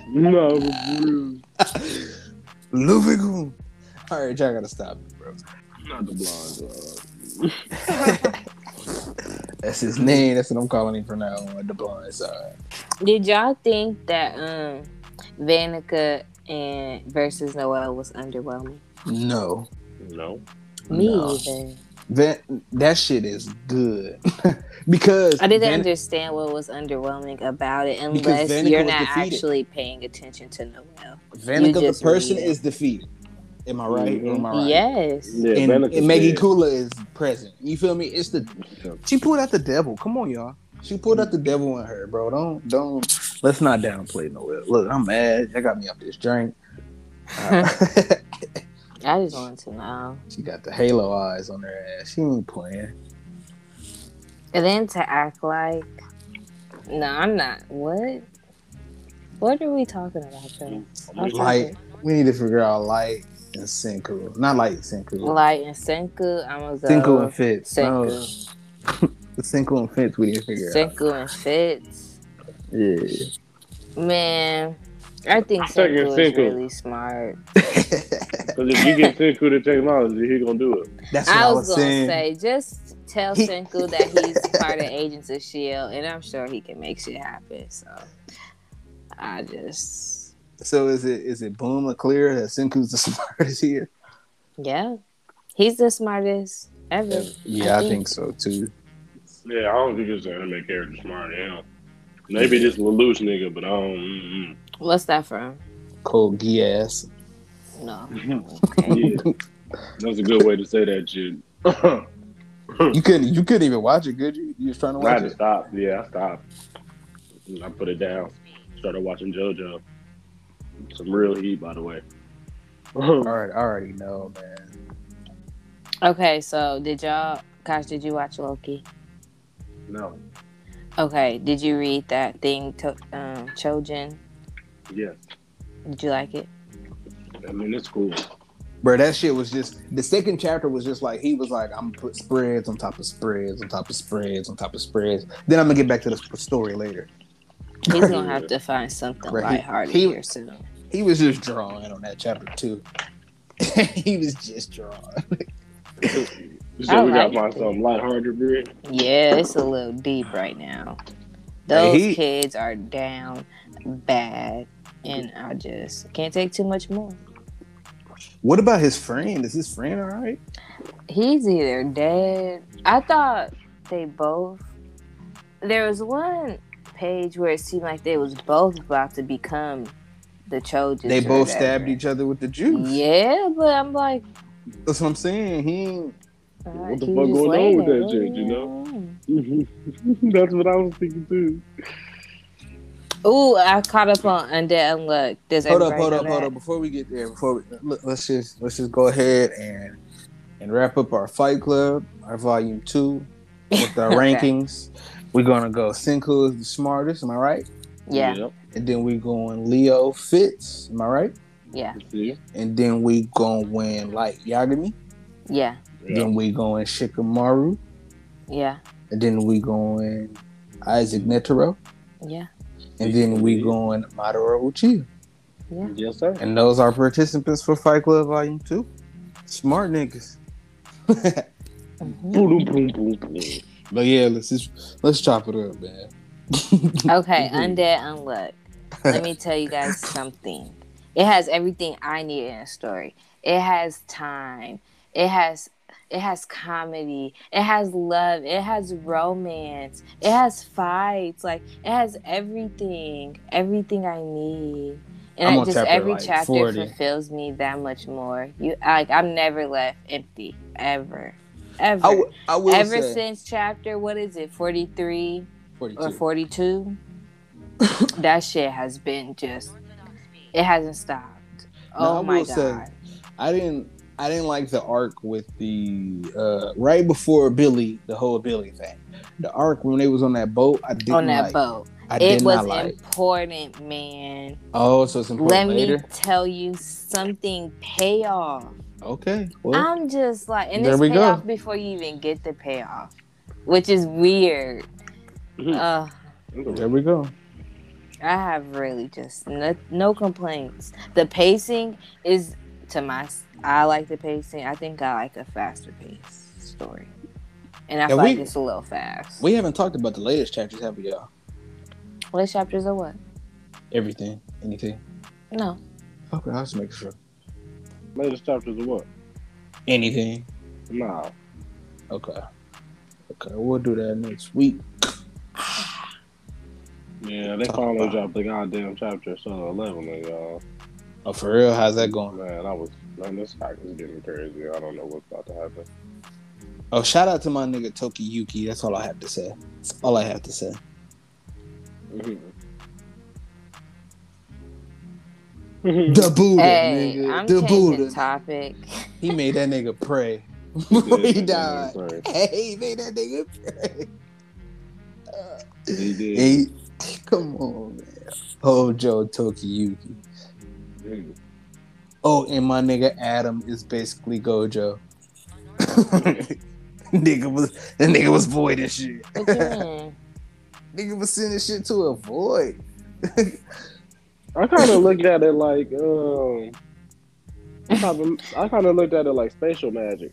Speaker 3: no, Bruce.
Speaker 1: Luffy Goon. All right, y'all gotta stop it, bro.
Speaker 3: not the blonde.
Speaker 1: That's his name. That's what I'm calling him from now on. The uh, blind side.
Speaker 2: Did y'all think that um Vanica and versus Noel was underwhelming?
Speaker 1: No,
Speaker 3: No,
Speaker 2: Me
Speaker 1: No.
Speaker 2: either.
Speaker 1: that that shit is good because
Speaker 2: I didn't
Speaker 1: Van-
Speaker 2: understand what was underwhelming about it
Speaker 1: Because
Speaker 2: unless
Speaker 1: Vanica
Speaker 2: you're
Speaker 1: was
Speaker 2: not
Speaker 1: defeated.
Speaker 2: actually paying attention to Noel. you
Speaker 1: Vanica the
Speaker 2: just
Speaker 1: person
Speaker 2: read it.
Speaker 1: is defeated. Am I right? Or am I right?
Speaker 2: Yes.
Speaker 3: yeah,
Speaker 1: And,
Speaker 3: Venica
Speaker 1: and Maggie
Speaker 3: said-
Speaker 1: Kula is present. You feel me? It's the she pulled out the devil. Come on, y'all. She pulled out the devil in her, bro. Don't don't let's not downplay Noel. Look, I'm mad. That got me off this drink. Uh,
Speaker 2: I just wanted to know.
Speaker 1: she got the halo eyes on her ass. She ain't playing.
Speaker 2: And then to act like No, I'm not what? What are we talking about?
Speaker 1: Mm.
Speaker 2: though? I'll take
Speaker 1: Like
Speaker 2: it.
Speaker 1: we need to figure out light and Senku. Not light Senku.
Speaker 2: Light and Senku, I'm gonna
Speaker 1: Senku
Speaker 2: go
Speaker 1: and Fitz. No,
Speaker 2: Senku.
Speaker 1: Senku and Fitz. We need to figure out.
Speaker 2: Senku and Fitz.
Speaker 1: Yeah.
Speaker 2: Man, I think
Speaker 3: I'm taking
Speaker 2: Senku is
Speaker 3: Senku.
Speaker 2: really smart.
Speaker 3: Because if you get Senku the technology, he gonna do it.
Speaker 1: That's what
Speaker 2: I was, gonna
Speaker 1: saying.
Speaker 2: say, just tell
Speaker 1: He-
Speaker 2: Senku that he's part of Agents of Shield, E and I'm sure he can make shit happen. So, I just,
Speaker 1: So is it is it boom or clear that Senku's the smartest here?
Speaker 2: yeah, he's the smartest ever.
Speaker 1: Yeah,
Speaker 2: I
Speaker 1: I think
Speaker 2: think-
Speaker 1: so too.
Speaker 3: Yeah, I don't think it's an anime character smart now. Maybe this Lelouch nigga, but I don't. mm,
Speaker 2: What's that from?
Speaker 1: Cold Gias.
Speaker 2: No.
Speaker 3: mm,
Speaker 2: Okay.
Speaker 3: mm. Yeah, that's a good way to say that shit.
Speaker 1: You couldn't. You couldn't even watch it, could you? You was trying to
Speaker 3: I
Speaker 1: watch
Speaker 3: had to
Speaker 1: it.
Speaker 3: stop. Yeah, I stopped. And I put it down. Started watching JoJo. Some real heat, by the way. Oh.
Speaker 1: All right, I already know, man.
Speaker 2: okay. So, did y'all, gosh, did you watch Loki?
Speaker 3: no.
Speaker 2: Okay. Did you read that thing, to, um, Chojin?
Speaker 3: Yes.
Speaker 2: Did you like it?
Speaker 3: I mean, it's cool.
Speaker 1: Bro, that shit was just the second chapter was just like he was like, I'm gonna put spreads on top of spreads on top of spreads on top of spreads. Then I'm gonna get back to the sp- story later.
Speaker 2: He's gonna have to find something
Speaker 1: Right, he-
Speaker 2: lighthearted
Speaker 1: he-
Speaker 2: here soon.
Speaker 1: He was just drawing on that chapter too. he was just drawing.
Speaker 3: so we
Speaker 2: I
Speaker 3: got
Speaker 2: like
Speaker 3: my
Speaker 2: it.
Speaker 3: some lighthearted bread.
Speaker 2: Yeah, it's a little deep right now. Those
Speaker 1: he-
Speaker 2: kids are down bad, and I just can't take too much more.
Speaker 1: What about his friend? Is his friend all right?
Speaker 2: He's either dead. I thought they both. There was one page where it seemed like they was both about to become the Trojans.
Speaker 1: They
Speaker 2: or
Speaker 1: both
Speaker 2: whatever.
Speaker 1: stabbed each other with the juice.
Speaker 2: Yeah, but I'm like, uh,
Speaker 1: That's what I'm saying. He ain't-
Speaker 3: What the fuck going on with that chick, you know? That's what I was thinking too.
Speaker 2: Ooh, I caught up on Undead Unluck. Does
Speaker 1: hold up, hold
Speaker 2: everybody know
Speaker 1: up, hold
Speaker 2: that?
Speaker 1: up. Before we get there, before we, let- let's just let's just go ahead and and wrap up our Fight Club, our Volume Two. with the
Speaker 2: Okay.
Speaker 1: rankings. We're gonna go Senku is the smartest, am I right?
Speaker 2: Yeah,
Speaker 3: Yep.
Speaker 1: And then we're going Leo Fitz, am I right?
Speaker 2: yeah,
Speaker 3: See?
Speaker 1: And then we going win like Yagami.
Speaker 2: yeah,
Speaker 3: Yep.
Speaker 1: Then we going Shikamaru.
Speaker 2: yeah,
Speaker 1: And then we going Isaac Netero.
Speaker 2: yeah,
Speaker 1: And then we going Madara Uchiha.
Speaker 2: yeah.
Speaker 3: Yes, sir.
Speaker 1: And those are participants for Fight Club Volume 2. Smart niggas. but Mm-hmm.
Speaker 2: Mhm.
Speaker 3: Boom, boom, boom, boom.
Speaker 1: yeah, let's just, let's chop it up, man.
Speaker 2: Okay,
Speaker 1: Mhm.
Speaker 2: Undead Unluck. Let me tell you guys something. It has everything I need in a story. It has time. It has it has comedy. It has love. It has romance. It has fights. Like it has everything. Everything I need. And
Speaker 1: I'm
Speaker 2: I
Speaker 1: on
Speaker 2: just
Speaker 1: chapter,
Speaker 2: every
Speaker 1: like,
Speaker 2: chapter
Speaker 1: 40.
Speaker 2: fulfills me that much more. You like I'm never left empty. Ever. Ever.
Speaker 1: I, w- I will
Speaker 2: Ever
Speaker 1: say
Speaker 2: since chapter what is it, forty three?
Speaker 1: 42.
Speaker 2: or 42 that shit has been just it hasn't stopped
Speaker 1: Now,
Speaker 2: oh
Speaker 1: I
Speaker 2: my
Speaker 1: will
Speaker 2: god
Speaker 1: say- I didn't I didn't like the arc with the uh, right before Billy, the whole Billy thing. The arc when they was on that boat, I didn't
Speaker 2: on that
Speaker 1: like.
Speaker 2: boat
Speaker 1: I
Speaker 2: it
Speaker 1: did
Speaker 2: was
Speaker 1: not like.
Speaker 2: important man
Speaker 1: Oh, so it's
Speaker 2: let
Speaker 1: important later.
Speaker 2: me tell you something payoff
Speaker 1: Okay. Well,
Speaker 2: i'm just like and
Speaker 1: There
Speaker 2: it's
Speaker 1: we go.
Speaker 2: payoff before you even get the payoff which is weird
Speaker 1: Mm-hmm.
Speaker 2: uh
Speaker 1: there we go.
Speaker 2: I have really just no, no complaints. The pacing is to my. s- I like the pacing. I think I like a faster pace story, and I
Speaker 1: Yeah,
Speaker 2: feel like
Speaker 1: we-
Speaker 2: it's a little fast.
Speaker 1: We haven't talked about the latest chapters, have we, y'all?
Speaker 2: what chapters are what?
Speaker 1: Everything, anything.
Speaker 2: No,
Speaker 1: Okay, I'll just make sure.
Speaker 3: Latest chapters of what?
Speaker 1: Anything.
Speaker 3: Nah.
Speaker 1: Okay. Okay, we'll do that next week.
Speaker 3: Yeah, they
Speaker 1: Talk
Speaker 3: finally
Speaker 1: about-
Speaker 3: dropped the goddamn chapter so 11 of y'all.
Speaker 1: Oh, for real? How's that going?
Speaker 3: Man, I was, man, this guy is getting crazy. I don't know what's about to happen.
Speaker 1: Oh, shout out to my nigga Toki Yuki. That's all I have to say. That's all I have to say.
Speaker 3: Mm-hmm.
Speaker 1: The Buddha,
Speaker 2: hey,
Speaker 1: nigga.
Speaker 2: I'm
Speaker 1: the
Speaker 2: changing
Speaker 1: Buddha.
Speaker 2: topic.
Speaker 1: he made that nigga pray before he died.
Speaker 3: Sorry.
Speaker 1: Hey, he made that nigga pray. Uh,
Speaker 3: He did.
Speaker 1: he- come on, man. Oh, Joe Toki Yuki. Oh, and my nigga Adam is basically Gojo. nigga was that nigga was void and shit.
Speaker 2: What you mean?
Speaker 1: Nigga was sending shit to a void.
Speaker 3: I kind of looked at it like, um, I kinda- I kind of looked at it like spatial magic.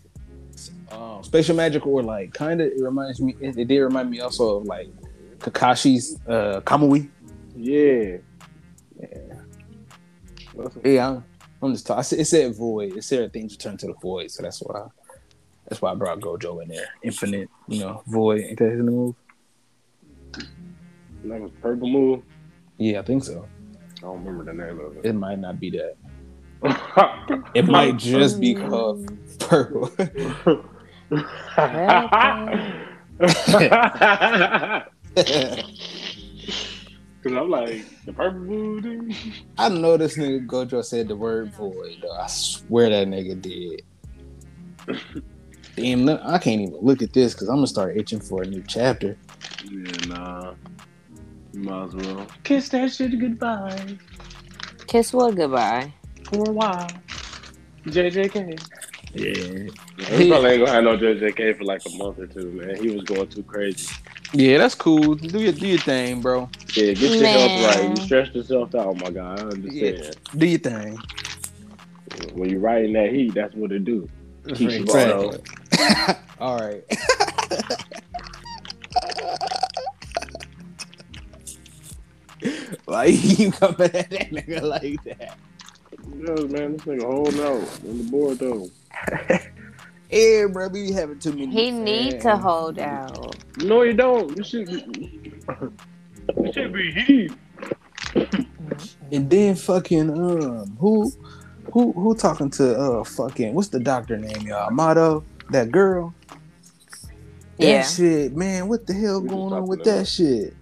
Speaker 1: Um, Spatial Magic or like kind of it reminds me it, it did remind me also of like Kakashi's uh Kamui.
Speaker 3: Yeah.
Speaker 1: Yeah, I'm, I'm just talking. It said void. It said things return to the void, so that's why that's why I brought Gojo in there. Infinite, you know, void. Ain't that his move?
Speaker 3: That was Purple Moon.
Speaker 1: Yeah, I think so.
Speaker 3: I don't remember the name of it.
Speaker 1: It might not be that.
Speaker 3: It
Speaker 1: It might just be called purple.
Speaker 3: Because I'm like, the purple moon?
Speaker 1: I know this nigga Gojo said the word void. Though. I swear that nigga did. Damn, look, I can't even look at this because I'm gonna start itching for a new chapter.
Speaker 3: Yeah, nah. Might as well. Kiss that shit goodbye
Speaker 2: Kiss what goodbye.
Speaker 3: for a while. JJK.
Speaker 1: Yeah,
Speaker 3: He probably ain't gonna have no JJK for like a month or two, man. He was going too crazy.
Speaker 1: yeah, that's cool. Do your do your thing, bro.
Speaker 3: Yeah, get your health right.
Speaker 2: Man.
Speaker 3: You stressed yourself out. Oh my god, I understand.
Speaker 1: Do your thing.
Speaker 3: When you riding that heat, that's what it do. Keep your ball
Speaker 1: Exactly. All right. Why you coming at that nigga like that?
Speaker 3: Yes, man, this nigga holding out on the board though.
Speaker 1: Yeah, bro, we be having too many.
Speaker 2: He need to
Speaker 1: fans.
Speaker 2: hold out.
Speaker 3: No, you don't. You should. You should be heat.
Speaker 1: And then fucking um who who who talking to uh fucking what's the doctor name y'all? Motto, that girl. That
Speaker 2: Yeah,
Speaker 1: shit, man, what the hell
Speaker 3: We just
Speaker 1: going on
Speaker 3: talking
Speaker 1: with
Speaker 3: about
Speaker 1: that
Speaker 3: it.
Speaker 1: shit?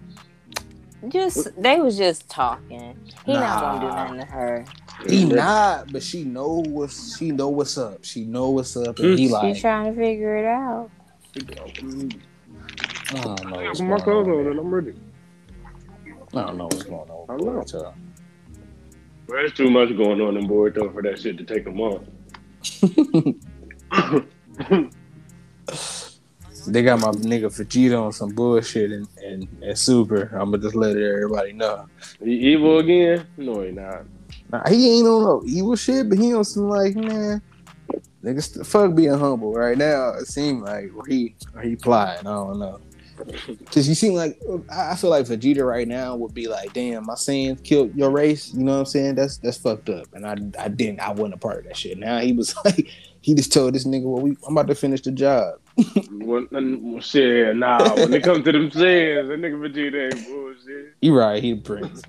Speaker 2: just they was just talking. He not gonna do
Speaker 1: Nah.
Speaker 2: nothing to her.
Speaker 1: He not, but she know what's she know what's up. She know what's up and he
Speaker 2: She
Speaker 1: like
Speaker 2: trying to figure it out.
Speaker 4: I don't know.
Speaker 3: I
Speaker 4: What's
Speaker 3: got my
Speaker 4: going
Speaker 3: clothes
Speaker 4: on.
Speaker 3: on and I'm ready.
Speaker 4: I don't know what's going on.
Speaker 3: I don't know.
Speaker 4: So,
Speaker 3: There's too much going on in board though for that shit to take a month.
Speaker 1: They got my nigga Vegeta on some bullshit and, and, and super. I'ma just let everybody know.
Speaker 3: He E-, evil again? No, he not.
Speaker 1: Nah, he ain't on no evil shit, but he on some like man, niggas st- fuck being humble right now. It seems like or he or he plotting. I don't know. Cause you seem like I I feel like Vegeta right now would be like, damn, my sins killed your race. You know what I'm saying? That's that's fucked up. And I I didn't I wasn't a part of that shit. Now he was like, he just told this nigga, well, we I'm about to finish the job.
Speaker 3: When, when- shit, nah. When it comes to them sins, that nigga Vegeta ain't bullshit.
Speaker 1: You right, he the prince.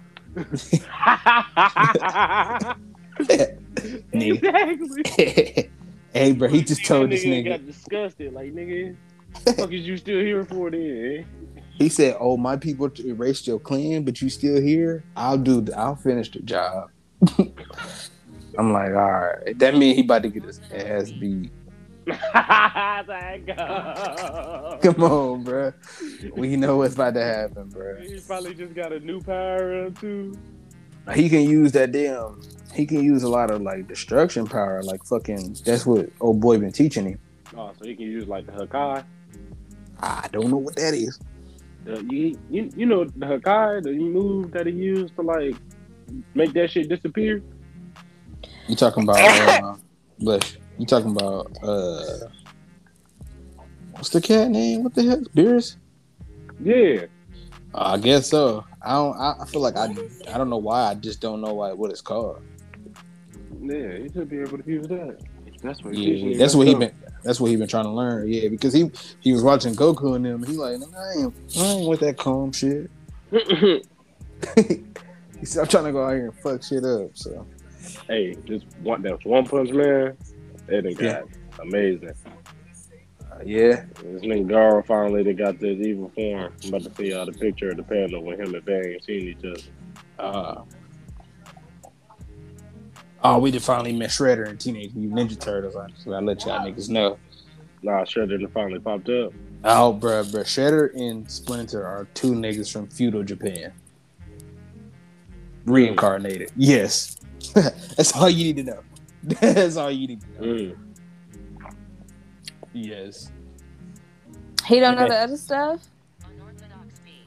Speaker 1: nigga.
Speaker 3: exactly.
Speaker 1: hey, bro, he just told this nigga.
Speaker 3: Got disgusted, like nigga. The fuck is you still here for then? eh?
Speaker 1: He said, "Oh, my people t- erased your clan, but you still here. I'll do. th- I'll finish the job." I'm like, all right. That means he about to get his ass beat.
Speaker 3: Eh? Thank God.
Speaker 1: Come on, bruh. We know what's about to happen, bruh.
Speaker 3: He probably just got a new power up too.
Speaker 1: He can use that damn. He can use a lot of like destruction power, like fucking. That's what old boy been teaching him.
Speaker 3: Oh, so he can use like the Hakai.
Speaker 1: I don't know what that is.
Speaker 3: The, you, you you know the Hakai, the move that he used to like make that shit disappear.
Speaker 1: You talking about? Uh, bless you. You talking about? uh What's the cat name? What the heck? Beerus?
Speaker 3: Yeah.
Speaker 1: I guess so. I don't. I, I feel like I. I don't know why. I just don't know why what it's called.
Speaker 3: Yeah, he should be able to use that. That's what
Speaker 1: Yeah, that's what he been. That's what he been trying to learn. Yeah, because he he was watching Goku and them. And he like, "Nigga, I ain't, I ain't with that calm shit. He said, I'm trying to go out here and fuck shit up. So
Speaker 3: hey, just one that One Punch Man, that done got
Speaker 1: Yeah.
Speaker 3: amazing.
Speaker 1: uh, yeah,
Speaker 3: This nigga Garo finally they got this evil form. I'm about to see y'all the picture of the panel when him and Bang seen each other.
Speaker 1: uh, oh, we just finally met Shredder and Teenage Mutant Ninja Turtles. I, so I let y'all niggas know.
Speaker 3: Nah, Shredder done finally popped up.
Speaker 1: Oh, bruh, bruh, Shredder and Splinter are two niggas from feudal Japan. Reincarnated. Yes. That's all you need to know. That's all you need to know.
Speaker 3: Mm.
Speaker 1: Yes.
Speaker 2: He don't know
Speaker 1: Okay.
Speaker 2: the other stuff.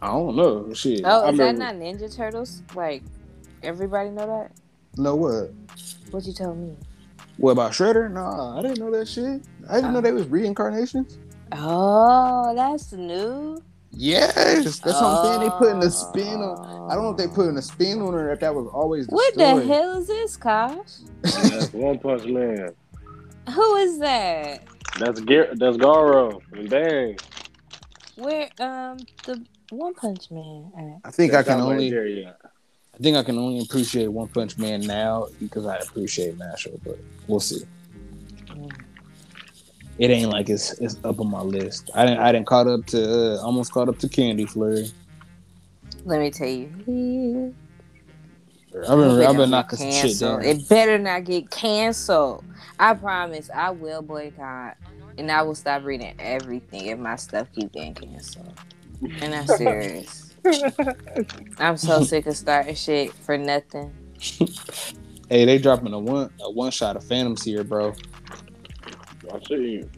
Speaker 1: I don't know. Shit.
Speaker 2: Oh,
Speaker 3: I
Speaker 2: is that
Speaker 3: remember-
Speaker 2: not Ninja Turtles? Like everybody know that?
Speaker 1: No, what?
Speaker 2: What you told me?
Speaker 1: What about Shredder? Nah, I didn't know that shit. I didn't know they was reincarnations.
Speaker 2: Oh, that's new.
Speaker 1: Yes. That's what I'm saying. They putting a spin on. I don't know if they putting a spin on it or if that was always the
Speaker 2: What
Speaker 1: story.
Speaker 2: the hell is this, Kosh?
Speaker 3: That's One Punch Man.
Speaker 2: Who is that?
Speaker 3: That's Gar- that's Garo and Bang.
Speaker 2: Where um the One Punch Man? At?
Speaker 1: I think I
Speaker 3: That's
Speaker 1: can
Speaker 3: not
Speaker 1: only
Speaker 3: there yet.
Speaker 1: I think I can only appreciate One Punch Man now because I appreciate Mashal, but we'll see. It ain't like it's it's up on my list. I didn't I didn't caught up to uh, almost caught up to Candy Flurry.
Speaker 2: Let me tell you.
Speaker 1: I've been I've been
Speaker 2: Canceled.
Speaker 1: knocking some shit down.
Speaker 2: It better not get canceled. I promise. I will boycott, and I will stop reading everything if my stuff keep getting canceled. And I'm serious. I'm so sick of starting shit for nothing.
Speaker 1: hey, they dropping a one a one shot of Phantoms here, bro.
Speaker 3: I see you.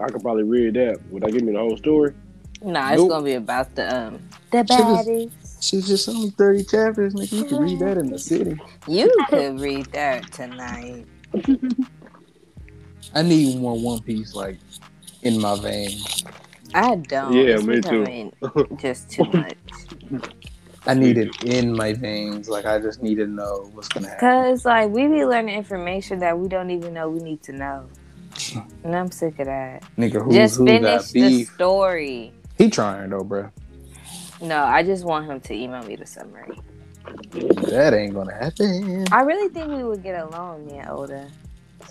Speaker 3: I could probably read that. Would that give me the whole story?
Speaker 2: Nah, it's
Speaker 1: Nope.
Speaker 2: gonna be about the um the
Speaker 1: Shit is-
Speaker 2: baddies.
Speaker 1: She's just only thirty chapters, nigga. You can read that in the city.
Speaker 2: You could read that tonight.
Speaker 1: I need more One Piece like in my veins.
Speaker 2: I don't.
Speaker 3: Yeah,
Speaker 2: It's
Speaker 3: me too.
Speaker 2: becoming Just too much.
Speaker 1: I need it in my veins. Like I just need to know what's gonna happen.
Speaker 2: Cause like we be learning information that we don't even know we need to know. And I'm sick of that.
Speaker 1: Nigga, who's
Speaker 2: just
Speaker 1: who
Speaker 2: finish
Speaker 1: got
Speaker 2: the
Speaker 1: beef?
Speaker 2: story.
Speaker 1: He trying though, bro.
Speaker 2: No, I just want him to email me the summary.
Speaker 1: That ain't gonna happen.
Speaker 2: I really think we would get along, me and Oda.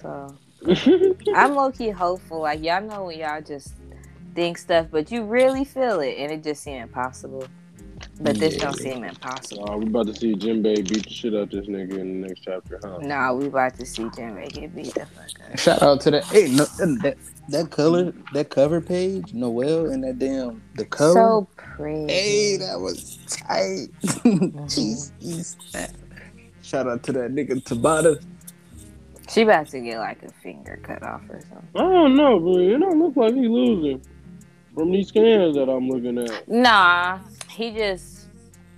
Speaker 2: So
Speaker 3: Uh,
Speaker 2: I'm low key hopeful. Like y'all know when y'all just think stuff, but you really feel it, and it just seems impossible. But this
Speaker 1: Yeah.
Speaker 2: don't seem impossible.
Speaker 3: Uh, we about to see Jinbei beat the shit out this nigga in the next chapter, huh?
Speaker 2: Nah, we about to see Jim Ray get beat the fuck up.
Speaker 1: Shout out to that. Hey, no, that that color, that cover page, Noel, and that damn the cover.
Speaker 2: So pretty.
Speaker 1: hey, that was tight.
Speaker 2: Mm-hmm.
Speaker 1: Jesus. Shout out to that nigga Tabata.
Speaker 2: She about to get like a finger cut off or something.
Speaker 3: I don't know, but it don't look like he losing from these scans that I'm looking at.
Speaker 2: Nah, he just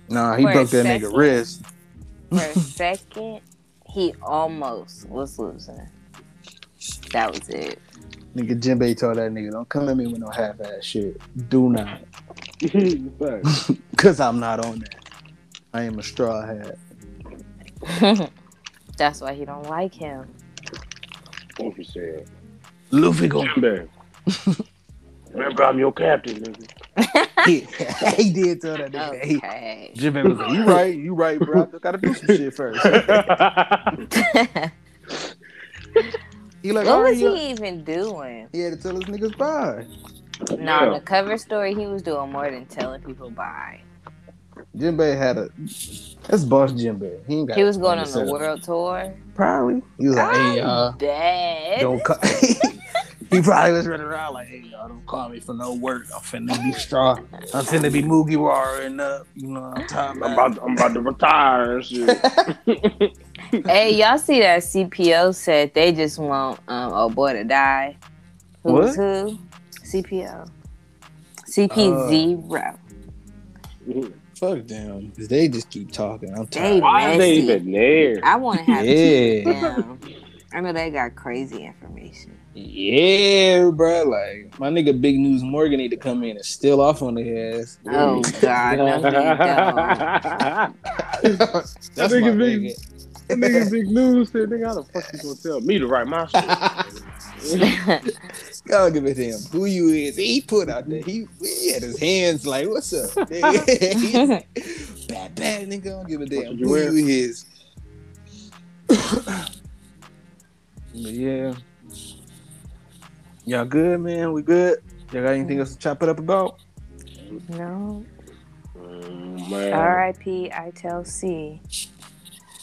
Speaker 1: Nah, he
Speaker 2: For a
Speaker 1: broke that
Speaker 2: second.
Speaker 1: nigga wrist.
Speaker 2: for a second he almost was losing. That was it.
Speaker 1: Nigga Jinbei told that nigga, don't come at me with no half ass shit. Do not.
Speaker 3: Facts.
Speaker 1: Cause I'm not on that. I am a straw hat.
Speaker 2: That's why he don't like him.
Speaker 3: What you said?
Speaker 1: Luffy gon'
Speaker 3: Jinbei. Remember, I'm your captain, nigga.
Speaker 1: he, he did tell that nigga. that He,
Speaker 2: Okay.
Speaker 1: Jinbei was like, you right, you right, bro. I just gotta do some shit first. He like,
Speaker 2: what
Speaker 1: all right,
Speaker 2: was
Speaker 1: yeah.
Speaker 2: he even doing?
Speaker 1: He had to tell his niggas bye.
Speaker 2: Nah,
Speaker 3: Yeah.
Speaker 2: the cover story he was doing more than telling people bye.
Speaker 1: Jinbei had a. That's boss Jinbei. He ain't got.
Speaker 2: He was going on
Speaker 1: nothing to
Speaker 2: the Ah,
Speaker 1: say.
Speaker 2: world tour.
Speaker 1: Probably. He was like, hey, y'all,
Speaker 2: Dad.
Speaker 1: don't call. he probably was running around like, hey, y'all, don't call me for no work. I'm finna be straw. I'm finna be Mugiwara and up. You know what I'm talking
Speaker 3: I'm
Speaker 1: about?
Speaker 3: about, I'm about to retire and shit.
Speaker 2: Hey, y'all see that CPO said they just want um old boy to die. Who was who? CPO. CP
Speaker 1: Uh,
Speaker 2: zero.
Speaker 1: Fuck them. 'cause They just keep talking. I'm
Speaker 2: They
Speaker 1: tired.
Speaker 3: Why are they
Speaker 2: messy.
Speaker 3: even there?
Speaker 2: I want to have tea with
Speaker 1: Yeah.
Speaker 2: them. I know they got crazy information.
Speaker 1: Yeah, bro. Like, my nigga Big News Morgan need to come in and steal off on their ass.
Speaker 2: Oh God, no, he don't.
Speaker 3: That
Speaker 1: my
Speaker 3: nigga Big- That nigga big news said, nigga, how the fuck you gonna tell me to write my shit?
Speaker 1: Y'all give a damn who you is. He put out there. He, he had his hands like, what's up? nigga?" bad, bad nigga. I don't give a damn
Speaker 3: did you
Speaker 1: who
Speaker 3: wear?
Speaker 1: you is. But yeah. Y'all good, man? We good? Y'all got anything else to chop it up about?
Speaker 2: no.
Speaker 3: Mm, man.
Speaker 2: R.I.P. I tell C.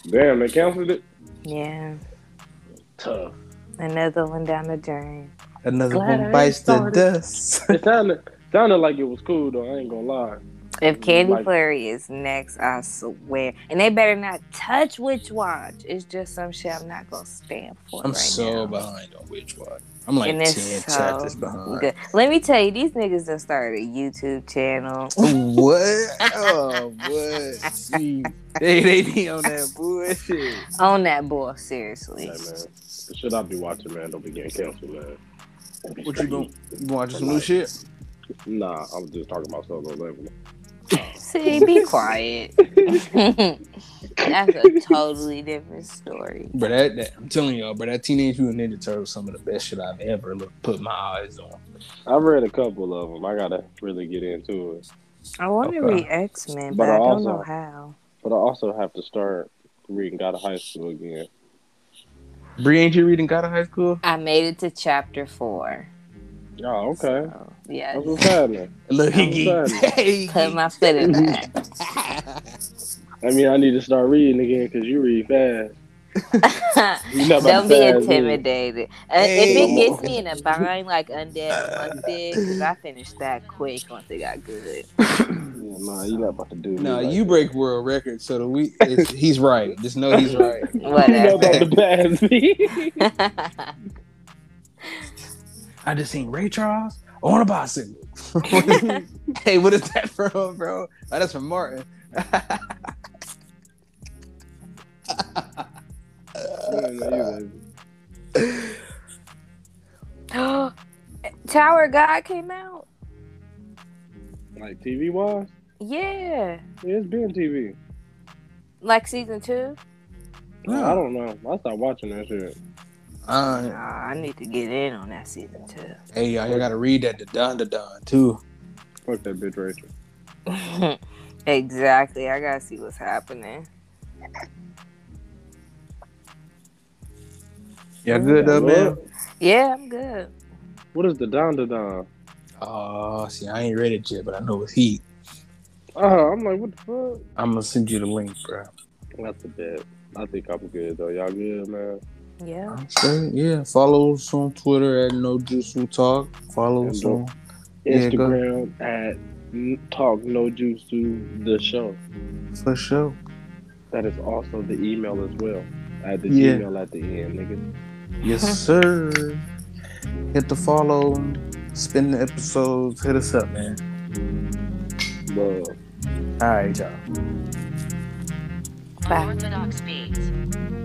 Speaker 3: Damn, they canceled it?
Speaker 2: Yeah,
Speaker 3: Tough.
Speaker 2: another one down the drain.
Speaker 1: Another
Speaker 2: Glad I
Speaker 1: one bites the
Speaker 3: started.
Speaker 1: dust.
Speaker 3: It sounded, sounded like it was cool, though. I ain't gonna lie.
Speaker 2: If Candy
Speaker 3: Like-
Speaker 2: Flurry is next, I swear. And they better not touch Witch Watch. It's just some shit I'm not gonna stand for.
Speaker 1: I'm
Speaker 2: right
Speaker 1: so
Speaker 2: now.
Speaker 1: behind on Witch Watch. I'm like
Speaker 2: And
Speaker 1: 10
Speaker 2: it's so
Speaker 1: chapters behind.
Speaker 2: Good. Let me tell you, these niggas done started a YouTube channel.
Speaker 1: what? Oh, what? See, they, they be on that bullshit.
Speaker 2: On that bull,
Speaker 3: Hey,
Speaker 2: seriously.
Speaker 3: man. The shit I be watching, man, don't be getting canceled, man.
Speaker 1: What you doing? You watching some new shit?
Speaker 3: Nah, I was just talking about solo level.
Speaker 2: See, be quiet. That's a totally different story.
Speaker 1: But that, that- I'm telling y'all, but that Teenage Mutant Ninja Turtles, some of the best shit I've ever look, put my eyes on.
Speaker 3: I've read a couple of them. I gotta really get into it.
Speaker 2: I want to
Speaker 1: Okay.
Speaker 2: read X Men, but,
Speaker 3: But
Speaker 2: I don't
Speaker 3: also-
Speaker 2: know how.
Speaker 3: But I also have to start reading God of High School again.
Speaker 1: Bree, ain't you reading God of High School?
Speaker 2: I made it to chapter four.
Speaker 3: Oh, okay.
Speaker 2: So, yeah.
Speaker 3: That's what's happening.
Speaker 1: Look,
Speaker 3: I'm
Speaker 1: he
Speaker 3: sorry.
Speaker 1: hey,
Speaker 2: Put my foot in that.
Speaker 3: I mean, I need to start reading again because you read fast. You know about
Speaker 2: Don't be
Speaker 3: fast, dude.
Speaker 2: intimidated. Uh, if
Speaker 1: Hey.
Speaker 2: it gets me in a bind like Undead Month did, 'cause I finished that quick once it got good.
Speaker 3: Yeah, nah, you not about to do. me
Speaker 1: No,
Speaker 3: like
Speaker 1: you
Speaker 3: that.
Speaker 1: break world records, so the we it's, he's right. Just know he's right.
Speaker 3: You know
Speaker 2: Whatever.
Speaker 3: about the past me.
Speaker 1: I just seen Ray Charles on a bicycle. hey, what is that from, bro? Oh, that's from Martin.
Speaker 2: Tower God came out.
Speaker 3: like TV wise,
Speaker 2: Yeah,
Speaker 3: yeah, it's been TV.
Speaker 2: like season two.
Speaker 1: Yeah.
Speaker 3: I don't know. I stopped watching that shit.
Speaker 2: Nah,
Speaker 1: Uh,
Speaker 2: I need to get in on that season two.
Speaker 1: hey, y'all, y'all gotta read that to Don to Don too.
Speaker 3: Fuck that bitch, Rachel.
Speaker 2: exactly. I gotta see what's happening.
Speaker 1: Yeah, good
Speaker 3: Yeah,
Speaker 1: though, man.
Speaker 3: what-
Speaker 2: Yeah, I'm good.
Speaker 3: What is the Don to Don?
Speaker 1: Oh, see, I ain't read it yet, but I know it's heat.
Speaker 3: Uh, I'm like, what the fuck?
Speaker 1: I'm gonna send you the link, bro.
Speaker 3: Not the bad. I think I'm good though. Y'all good, man?
Speaker 2: Yeah.
Speaker 1: Okay, yeah. Follow us on Twitter at No Juice Will Talk. Follow us on Yeah, go
Speaker 3: Instagram at N- Talk No Juice to the show.
Speaker 1: for sure.
Speaker 3: That is also the email as well. At the
Speaker 1: Yeah.
Speaker 3: email at the end, nigga.
Speaker 1: Yes, sir. Hit the follow. Spin the episodes. Hit us up, man.
Speaker 3: Love.
Speaker 1: All right, y'all.
Speaker 2: Bye.
Speaker 5: Unorthodox beats.